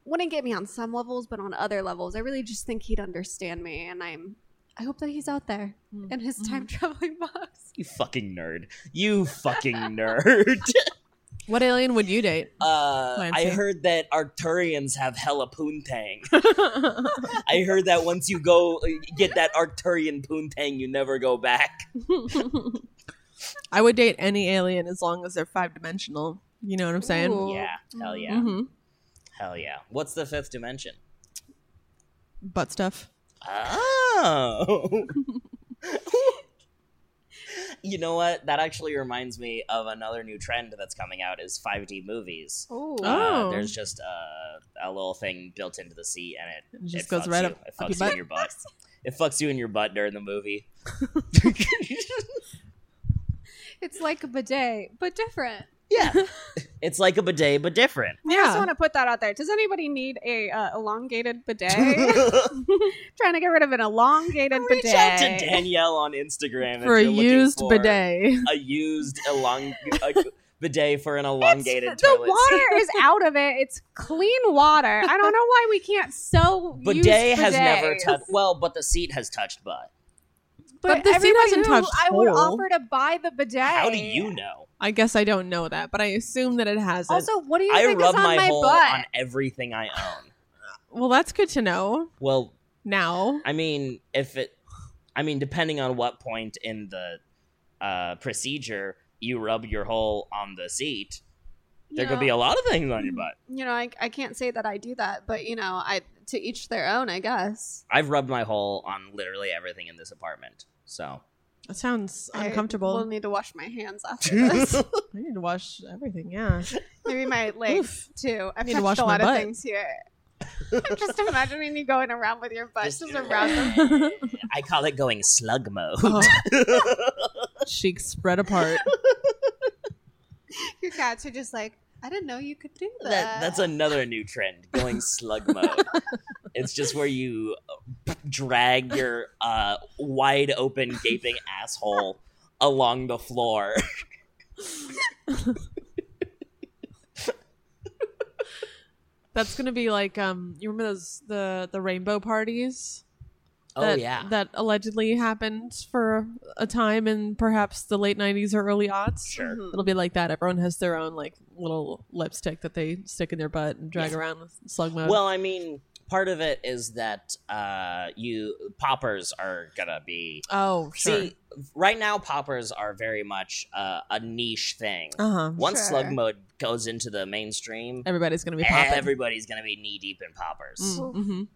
B: wouldn't get me on some levels, but on other levels, I really just think he'd understand me, and I'm. I hope that he's out there
C: Mm.
B: in his time traveling box.
A: you fucking nerd. You fucking nerd.
C: What alien would you date?
A: Uh, I
C: Lancy.
A: heard that Arcturians have hella poontang. I heard that once you go uh, get that Arcturian poontang, you never go back.
C: I would date any alien as long as they're five dimensional. You know what I'm saying?
B: Ooh.
A: Yeah, hell yeah,
C: hmm
A: hell yeah. What's the fifth dimension?
C: Butt stuff.
A: Oh. you know what? That actually reminds me of another new trend that's coming out is 5D movies.
B: Oh,
A: Uh,
C: Oh.
A: there's just uh, a little thing built into the seat, and it,
C: It just
A: it
C: goes
A: fucks
C: right
A: you.
C: up,
A: It
C: up
A: fucks
C: your
A: you
C: butt.
A: in your butt. It fucks you in your butt during the movie.
B: it's like a bidet, but different.
A: yeah, It's like a bidet, but different.
B: I just
C: Yeah.
B: want to put that out there. Does anybody need a uh, elongated bidet? Trying to get rid of an elongated
A: Reach
B: bidet.
A: out to Danielle on Instagram if
C: for a
A: you're looking
C: used
A: for
C: bidet.
A: A used elong- a bidet for an
B: It's-
A: elongated
B: the
A: toilet.
B: water is out of it. It's clean water. I don't know why we can't so
A: bidet,
B: use
A: has never
B: bidets.
A: touched. Well, but the seat has touched butt.
C: But the seat
B: everybody
C: hasn't
B: who
C: touched
B: I would
C: hole.
B: offer to buy the bidet.
A: How do you know?
C: I guess I don't know that, but I assume that it hasn't.
B: Also, what do you
A: I
B: think is
A: rub
B: on
A: my,
B: my,
A: hole
B: butt?
A: on everything I own.
C: well, that's good to know.
A: Well,
C: Now,
A: I mean, if it, I mean, depending on what point in the uh, procedure you rub your hole on the seat, there
B: You
A: could be a
B: know,
A: lot of things on your butt.
B: You know, I, I can't say that I do that, but you know, I to each their own, I guess.
A: I've rubbed my hole on literally everything in this apartment. So
C: that sounds
B: I
C: uncomfortable.
B: will need to wash my hands after this.
C: I need to wash everything. Yeah.
B: Maybe my legs too. I've
C: Need to
B: touched
C: wash
B: a
C: my
B: lot of
C: butt.
B: things here. I'm just imagining you going around with your butt
A: Just-
B: just, around the
A: I call it going slug mode.
C: Oh. Cheeks spread apart.
B: Your cats are just like, I didn't know you could do that.
A: that, that's another new trend, going slug mode. it's just where you uh, drag your uh, wide open, gaping asshole along the floor.
C: That's gonna be like um, you remember those the the rainbow parties?
A: Oh,
C: that,
A: yeah.
C: that allegedly happened for a time in perhaps the late '90s or early aughts.
A: Sure.
B: Mhm.
C: It'll be like that. Everyone has their own like little lipstick that they stick in their butt and drag
A: Yeah.
C: around with slug mode.
A: Well, I mean, part of it is that uh, you poppers are gonna be.
C: oh, sure.
A: See, right now, poppers are very much uh, a niche thing.
C: uh huh.
A: Once
B: Sure.
A: slug mode goes into the mainstream,
C: Everybody's gonna be popping.
A: everybody's gonna be knee deep in poppers.
C: Mm, mhm.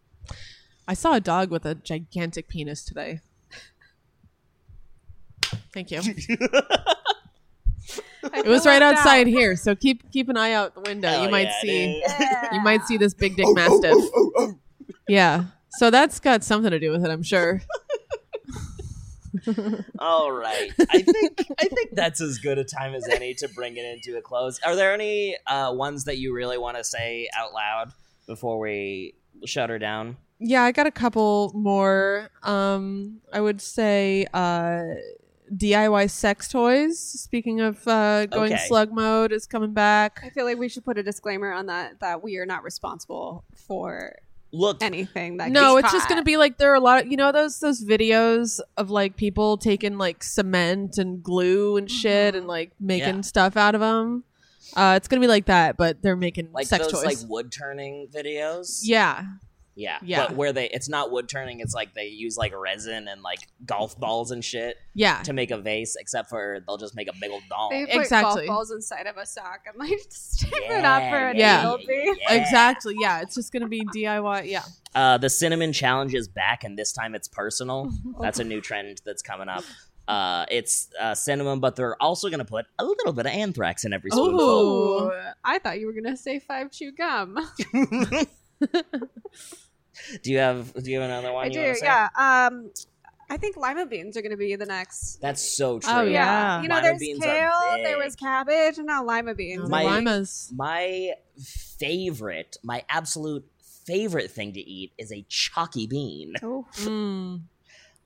C: I saw a dog with a gigantic penis today. Thank you. It was right outside here, so keep keep an eye out the window.
A: Hell
C: you might
A: yeah,
C: see
A: dude.
C: you might see this big dick mastiff. Yeah. So that's got something to do with it, I'm sure.
A: All right, I think I think that's as good a time as any to bring it into a close. Are there any uh, ones that you really want to say out loud before we shut her down?
C: yeah, I got a couple more. Um, I would say uh, DIY sex toys. Speaking of uh, going
A: Okay.
C: slug mode, is coming back.
B: I feel like we should put a disclaimer on that that we are not responsible for
A: Look,
B: anything that
C: no,
B: gets
C: it's just
B: caught.
C: gonna be like there are a lot of you know those those videos of like people taking like cement and glue and shit
B: Mhm.
C: and like making
A: Mm-hmm. Yeah.
C: stuff out of them. Uh, it's gonna be like that, but they're making
A: like
C: sex
A: those
C: toys.
A: like wood turning videos.
C: yeah,
A: Yeah.
C: Yeah.
A: But where they it's not wood turning, it's like they use like resin and like golf balls and shit
C: yeah,
A: to make a vase, except for they'll just make a big old doll.
B: They put
C: Exactly.
B: golf balls inside of a sock and like stick it up for an
C: yeah,
B: anal bead.
A: yeah.
C: exactly. Yeah, it's just gonna be DIY. Yeah.
A: Uh, the cinnamon challenge is back, and this time it's personal. That's a new trend that's coming up. Uh, it's uh, cinnamon, but they're also going to put a little bit of anthrax in every spoonful.
B: Ooh, I thought you were gonna say five chew gum.
A: do you have Do you have another one?
B: I
A: you
B: do,
A: wanna say?
B: yeah. Um, I think lima beans are gonna be the next.
A: That's so true.
C: Oh, yeah.
B: You know,
A: Lima
B: there's
A: beans are
B: kale,
A: big.
B: there was cabbage, and now lima beans.
C: The
A: My-
C: limas.
A: My favorite, my absolute favorite thing to eat is a chalky bean.
B: Oh.
C: Mm.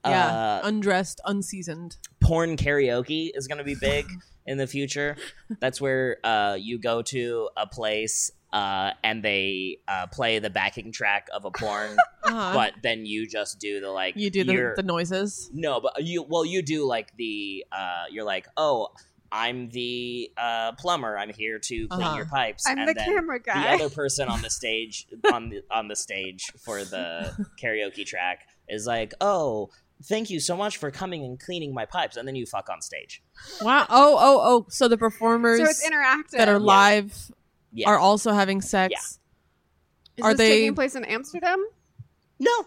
C: Yeah.
A: Uh,
C: Undressed, unseasoned.
A: porn karaoke is going to be big in the future. That's where uh, you go to a place uh, and they uh, play the backing track of a porn,
C: Uh-huh.
A: but then you just do the like
C: you do the,
A: you're-
C: the noises.
A: no, but you well you do like the uh, you're like oh. I'm the uh, plumber. I'm here to clean
C: Uh-huh.
A: your pipes.
B: I'm
A: and
B: the
A: then
B: camera
A: the
B: guy.
A: other person on the stage on the on the stage for the karaoke track is like, "Oh, thank you so much for coming and cleaning my pipes," and then you fuck on stage.
C: Wow. Oh, oh, oh. So the performers
B: so it's interactive.
C: that are
A: Yeah.
C: live
A: Yeah.
C: are also having sex.
B: Is
C: Are
B: this
C: they-
B: taking place in Amsterdam?
A: no,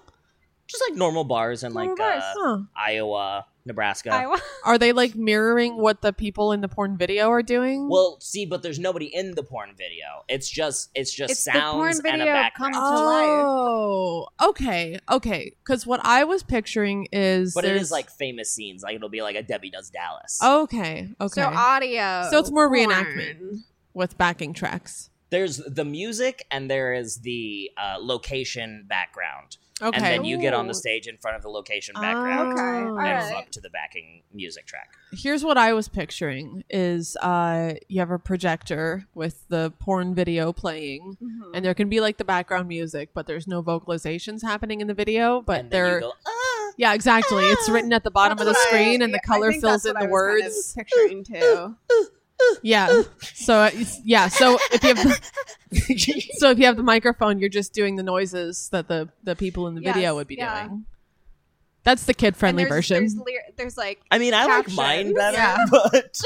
A: just like normal bars in like
B: Normal bars.
A: uh,
C: Oh, Huh.
A: Iowa, Nebraska.
B: Iowa.
C: Are they like mirroring what the people in the porn video are doing?
A: Well, see, but there's nobody in the porn video. It's just it's just
B: It's the porn
A: sounds and a
B: video
A: background.
B: comes- to life.
C: oh, okay, okay. Because what I was picturing is,
A: but it
C: there's-
A: is like famous scenes.
B: Oh.
A: Like it'll be like a Debbie Does Dallas.
C: okay, okay.
B: So audio.
C: So it's more
B: porn.
C: reenactment. with backing tracks.
A: There's the music and there is the uh, location background.
C: Okay. Oh,
A: And then you get on the
B: Ooh.
A: stage in front of the location background
B: Oh, Okay, all
A: and
B: right.
A: up to the backing music track.
C: Here's what I was picturing is uh you have a projector with the porn video playing
B: Mm-hmm.
C: and there can be like the background music, but there's no vocalizations happening in the video, but
A: and then
C: they're
A: you go, ah,
C: Yeah, exactly. It's written at the bottom of the
B: That's what I-
C: screen and the
B: I
C: color
B: think
C: fills
B: that's
C: in the
B: what I was kind of
C: words.
B: picturing too.
C: Yeah. So uh, it's- yeah, so if you have the, so if you have the microphone, you're just doing the noises that the the people in the
B: Yes,
C: video would be
B: yeah.
C: doing. That's the kid friendly
B: And there's-
C: version.
B: There's, lyri- there's like
A: I mean, I like mine
B: Captions,
A: better,
B: yeah.
A: but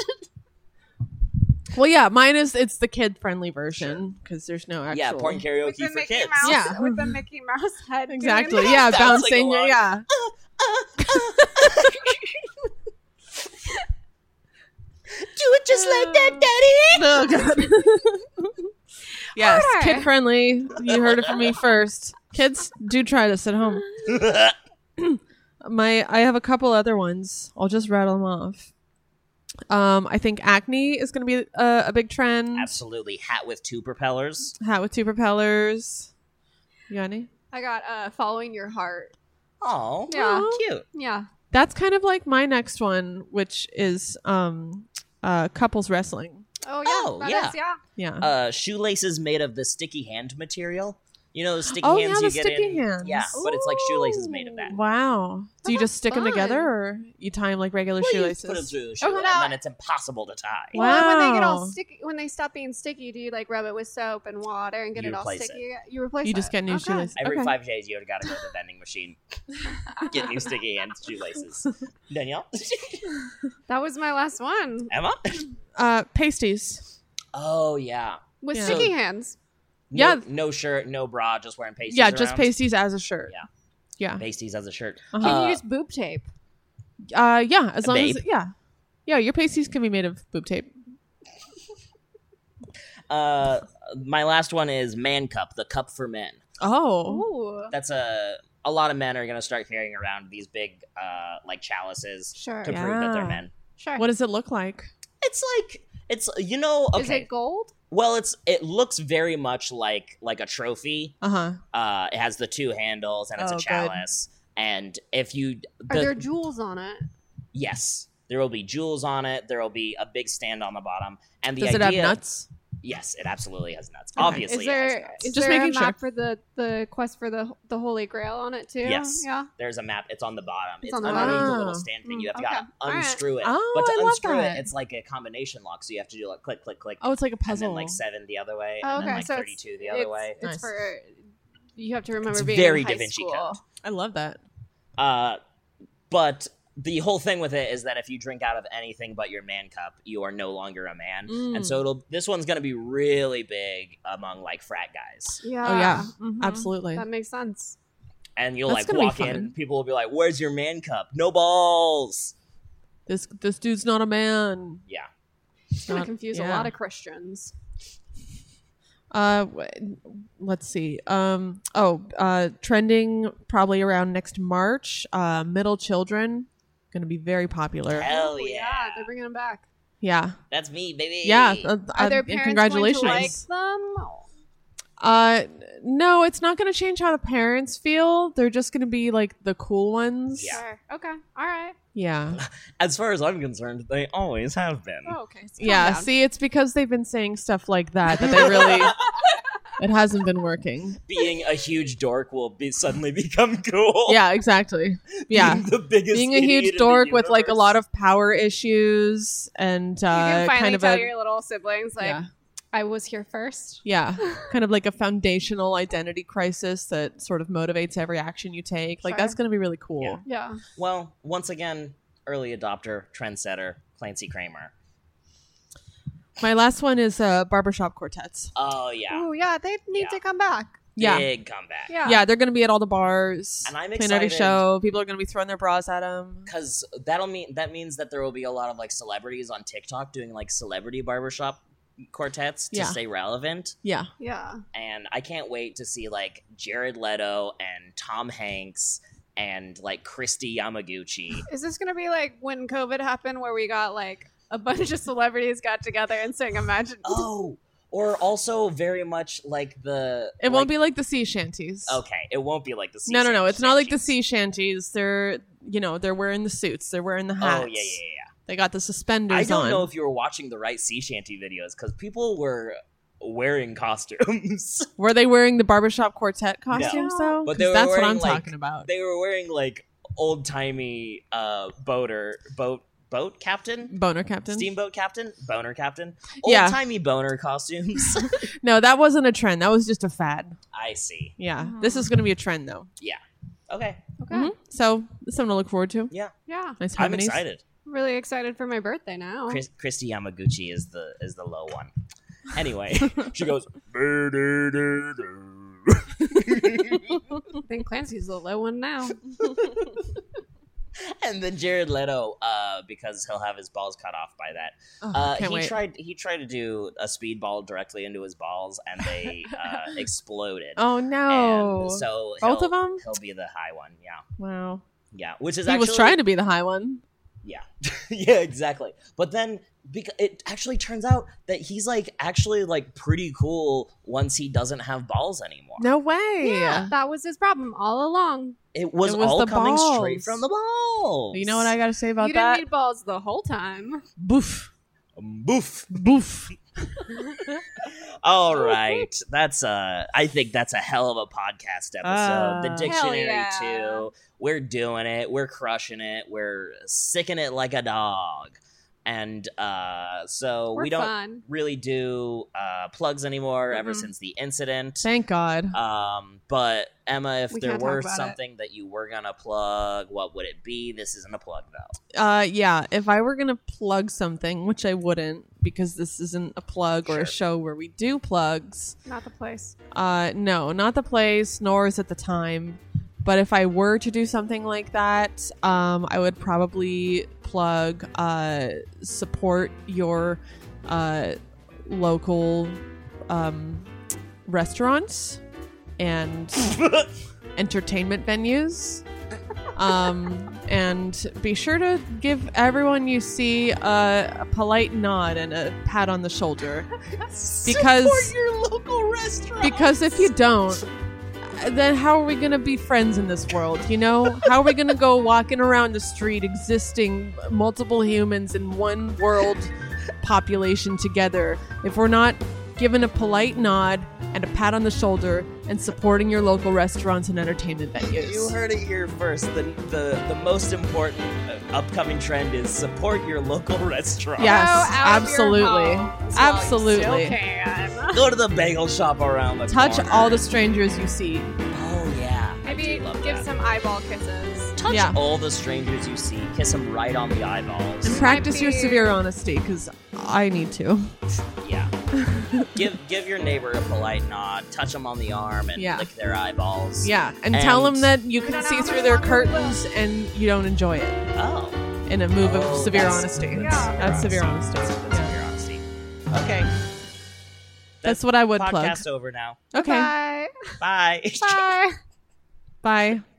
C: well, yeah, mine is it's the kid friendly version because there's no actual.
A: yeah, porn
B: with
A: karaoke
B: the
A: for
B: Mickey
A: kids.
B: Mouse
C: Yeah.
B: with the Mickey Mouse head. doing
C: Exactly.
B: the-
C: Yeah,
A: Sounds like a
C: bouncing.
A: lot.
C: yeah.
A: Do it just like that, daddy.
C: Oh god. yes,
B: Harder.
C: kid friendly. You heard it from me first. Kids do try this at home. My I have a couple other ones. I'll just rattle them off. Um, I think acne is going to be uh, a, a big trend.
A: Absolutely, hat with two propellers.
C: Hat with two propellers. You got any?
B: I got uh, following your heart.
A: Oh,
B: Yeah.
A: cute.
B: Yeah.
C: That's kind of like my next one, which is um, uh, couples wrestling.
B: Oh yeah.
A: Oh,
B: that
A: yeah.
B: is- yeah.
C: Yeah.
A: Uh, shoelaces made of the sticky hand material. You know, those sticky
C: Oh,
A: hands
C: yeah,
A: you
C: the
A: get
C: sticky
A: in.
C: hands.
A: Yeah, but it's like shoelaces made of that.
C: wow. Do
B: Oh,
C: you
B: that's
C: just stick them together,
B: fun.
C: or you tie them like regular
A: Well, you
C: shoelaces?
A: Put them through the
B: Oh,
A: shoelace,
B: no.
A: and then it's impossible to tie.
C: Wow.
B: Well, when they get all
C: Wow.
B: sticky, when they stop being sticky, do you like rub it with soap and water and get
A: You
B: it all
A: replace
B: sticky? You replace
C: You just
B: it.
C: get new
B: Okay.
C: shoelaces.
A: Every
C: Okay.
A: five days, you would gotta go to the vending machine, get new sticky hand shoelaces. Danielle,
B: That was my last one
A: Emma.
C: Uh, pasties.
A: Oh yeah,
B: with
C: Yeah.
B: sticky hands.
A: no,
C: Yeah.
A: no shirt, no bra, just wearing pasties.
C: yeah, just
A: around.
C: pasties as a shirt. Yeah.
A: Pasties as a shirt.
C: Uh-huh.
B: Can
A: Uh,
B: you use boob tape?
C: Yeah. Uh, yeah. As long as
A: Babe.
C: yeah, yeah. Your pasties can be made of boob tape.
A: Uh, my last one is man cup, the cup for men.
C: Oh.
B: Ooh.
A: That's a a lot of men are gonna start carrying around these big uh like chalices
B: Sure.
A: to prove that they're
C: Yeah.
A: men.
B: Sure.
C: What does it look like?
A: It's like it's you know
B: Is
A: okay.
B: it gold?
A: well, it's it looks very much like like a trophy.
C: Uh
B: Uh-huh.
C: huh.
A: Uh, it has the two handles and it's
C: Oh,
A: a
C: good.
A: chalice. And if you the,
B: Are there jewels on it?
A: yes, there will be jewels on it. There will be a big stand on the bottom. And the
C: Does it
A: idea
C: have nuts?
A: yes, it absolutely has nuts.
C: Okay.
A: Obviously,
B: is
A: it has
B: there
A: nuts.
B: is
C: Just
B: there
C: making
B: a
C: sure.
B: map for the the quest for the the Holy Grail on it too?
A: Yes.
B: Yeah.
A: There's a map. It's on the bottom.
B: It's
A: It's,
B: on the
A: underneath the
C: bottom.
A: little stand thing. You have
B: Mm,
A: got to
B: okay. All right.
A: unscrew it.
C: Oh,
A: but to
C: I love
A: unscrew
C: that.
A: it, it's like a combination lock. So you have to do like click, click, click.
C: Oh, it's like a
A: and
C: puzzle.
A: then like seven the other way.
B: Oh,
A: and then
B: okay,
A: like
B: so it's-
A: 32 the other
B: it's,
A: way.
B: It's
C: Nice.
B: for you have to remember
A: It's
B: being
A: very
B: in
A: Da
B: high
A: Vinci
B: school.
A: Code.
C: I love that.
B: Mm-hmm.
A: Uh, but the whole thing with it is that if you drink out of anything but your man cup, you are no longer a man.
C: Mm.
A: And so it'll this one's going to be really big among like frat guys.
B: Yeah.
C: Oh, yeah.
B: Mhm.
C: Absolutely.
B: That makes sense.
A: And you'll
C: That's
A: like
C: gonna be
A: walk in
C: fun.
A: and people will be like, "Where's your man cup? No balls."
C: This this dude's not a man.
A: Yeah.
B: It's gonna
C: Not-
B: confuse a
C: yeah.
B: lot of Christians.
C: Uh, w- let's see. Um, oh, uh, trending probably around next March. Uh, middle children gonna be very popular.
A: Hell
B: Oh,
A: yeah.
B: They're bringing them back.
C: Yeah,
A: That's me, baby.
C: yeah. uh,
B: Are
C: uh,
B: their
C: and
B: parents
C: congratulations.
B: going to like them?
C: Uh, no, it's not going to change how the parents feel. They're just going to be like the cool ones.
A: Yeah.
B: Sure. Okay. All right.
C: Yeah.
A: As far as I'm concerned, they always have been.
B: Oh, okay. So calm
C: Yeah,
B: down.
C: See, it's because they've been saying stuff like that that they really it hasn't been working.
A: Being a huge dork will be suddenly become cool.
C: Yeah. Exactly. Yeah.
A: Being the biggest
C: Being a
A: idiot in
C: huge
A: the
C: dork with like a
A: universe.
C: lot of power issues and
B: you
C: uh,
B: can finally
C: kind of
B: tell
C: a
B: your little siblings like
C: yeah,
B: I was here first.
C: yeah, kind of like a foundational identity crisis that sort of motivates every action you take. Like
B: Sure.
C: that's going to be really cool.
A: Yeah.
B: Yeah.
A: Well, once again, early adopter, trendsetter, Clancy Kramer.
C: My last one is uh, barbershop quartets.
A: Oh yeah,
B: Oh yeah, they need
A: Yeah.
B: to come back.
C: Yeah.
A: big comeback.
B: Yeah.
C: yeah, they're going to be at all the bars.
A: And I'm
C: playing every
A: excited.
C: show. People are going to be throwing their bras at them.
A: Because that'll mean that means that there will be a lot of like celebrities on TikTok doing like celebrity barbershop quartets to
C: Yeah.
A: stay relevant.
C: Yeah,
B: Yeah.
A: And I can't wait to see like Jared Leto and Tom Hanks and like Christy Yamaguchi.
B: Is this gonna be like when COVID happened where we got like a bunch of celebrities got together and sang Imagine.
A: Oh, or also very much like Oh, the.
C: It won't be like the sea shanties.
A: Okay, it won't be like the. Sea
C: no, no, no. It's not like the
A: shanties.
C: sea shanties. They're you know they're wearing the suits. They're wearing the hats.
A: Oh yeah, yeah, yeah.
C: They got the suspenders
A: I don't
C: on.
A: know if you were watching the right sea shanty videos because people were wearing costumes.
C: Were they wearing the barbershop quartet costumes though?
A: But they
C: 'Cause
A: were
C: that's what
A: wearing,
C: I'm
A: like,
C: talking about.
A: they were wearing like old timey uh boater boat boat captain.
C: Boner captain.
A: Steamboat captain, boner captain, old
C: Yeah.
A: timey boner costumes.
C: No, that wasn't a trend. That was just a fad.
A: I see.
C: Yeah,
B: Oh.
C: this is going to be a trend though.
A: Okay,
B: Okay.
C: Mhm. So it's something to look forward to.
B: Mm-hmm. Yeah.
C: Nice
A: I'm
C: harmonies.
A: excited.
B: Really excited for my birthday
C: Oh.
B: now.
A: Chris, Christy Yamaguchi is the is the low one. Anyway, she goes. "Ba-da-da-da."
B: I think Clancy's the low one now.
A: and then Jared Leto, uh, because he'll have his balls cut off by that.
C: Oh,
A: Uh,
C: can't
A: he
C: wait.
A: tried. He tried to do a speedball directly into his balls, and they uh, exploded.
C: oh no!
A: And so
C: Both
A: he'll-
C: of 'em?
A: He'll be the high one. Yeah,
C: wow.
A: yeah. Which is
C: He
A: actually
C: was trying to be the high one.
A: Yeah, yeah, exactly. But then because it actually turns out that he's like actually like pretty cool once he doesn't have balls anymore.
C: No way.
B: That was his problem all along.
A: It was,
C: It was
A: all
C: the
A: coming straight
C: balls.
A: from the balls.
C: You know what I got to say about
B: you didn't
C: that?
B: need balls the whole time.
C: boof,
A: Boof.
C: boof.
A: All right, that's uh, I think that's a hell of a podcast episode. the
C: Ah.
A: dictionary
B: Hell yeah.
A: too. We're doing it. We're crushing it. We're sicking it like a dog. And uh, so
B: We're
A: we don't
B: fun.
A: really do uh, plugs anymore ever
B: Mhm.
C: Mm-hmm.
A: since the incident.
C: Thank God.
A: Um, but Emma, if
B: We
A: there
B: can't talk
A: were
B: about it.
A: something that you were gonna plug, what would it be? This isn't a plug though.
C: Uh, yeah. If I were gonna plug something, which I wouldn't, because this isn't a plug or
A: Sure.
C: a show where we do plugs.
B: Not the place.
C: Uh, no, not the place, nor is it the time. But if I were to do something like that, um, I would probably plug uh, support your uh, local um, restaurants and entertainment venues. Um, and be sure to give everyone you see a, a polite nod and a pat on the shoulder.
A: Support your local restaurant.
C: Because if you don't, then how are we going to be friends in this world? You know? How are we going to go walking around the street existing multiple humans in one world population together if we're not given a polite nod and a pat on the shoulder and supporting your local restaurants and entertainment venues?
A: you heard it here first, the the, the most important uh, upcoming trend is support your local restaurant.
C: Yes,
B: Go out of your
C: absolutely.
B: homes while you
C: Absolutely.
B: still can.
A: Go to the bagel shop around the
C: Touch
A: corner.
C: all the strangers you see.
A: Oh yeah. I
B: Maybe
A: do love
B: give
A: that.
B: some eyeball kisses.
A: Touch
C: Yeah.
A: all the strangers you see. Kiss them right on the eyeballs.
C: And practice your
B: be-
C: severe honesty because I need to.
A: Yeah. give give your neighbor a polite nod, touch them on the arm, and
C: Yeah.
A: lick their eyeballs.
C: Yeah, and, tell
A: And-
C: them that you
B: We
C: can
B: don't
C: see
B: know how
C: through
B: much
C: their
B: longer we will.
C: curtains and you don't enjoy it
A: Oh.
C: in a move of
A: Oh,
C: severe
A: that's-
C: honesty.
B: Yeah.
C: That's severe honesty.
A: That's, that's
C: Yeah.
A: severe honesty. Okay.
C: That's what I would plug.
A: Podcast over now.
C: Okay.
B: Bye.
A: Bye.
B: Bye.
C: Bye.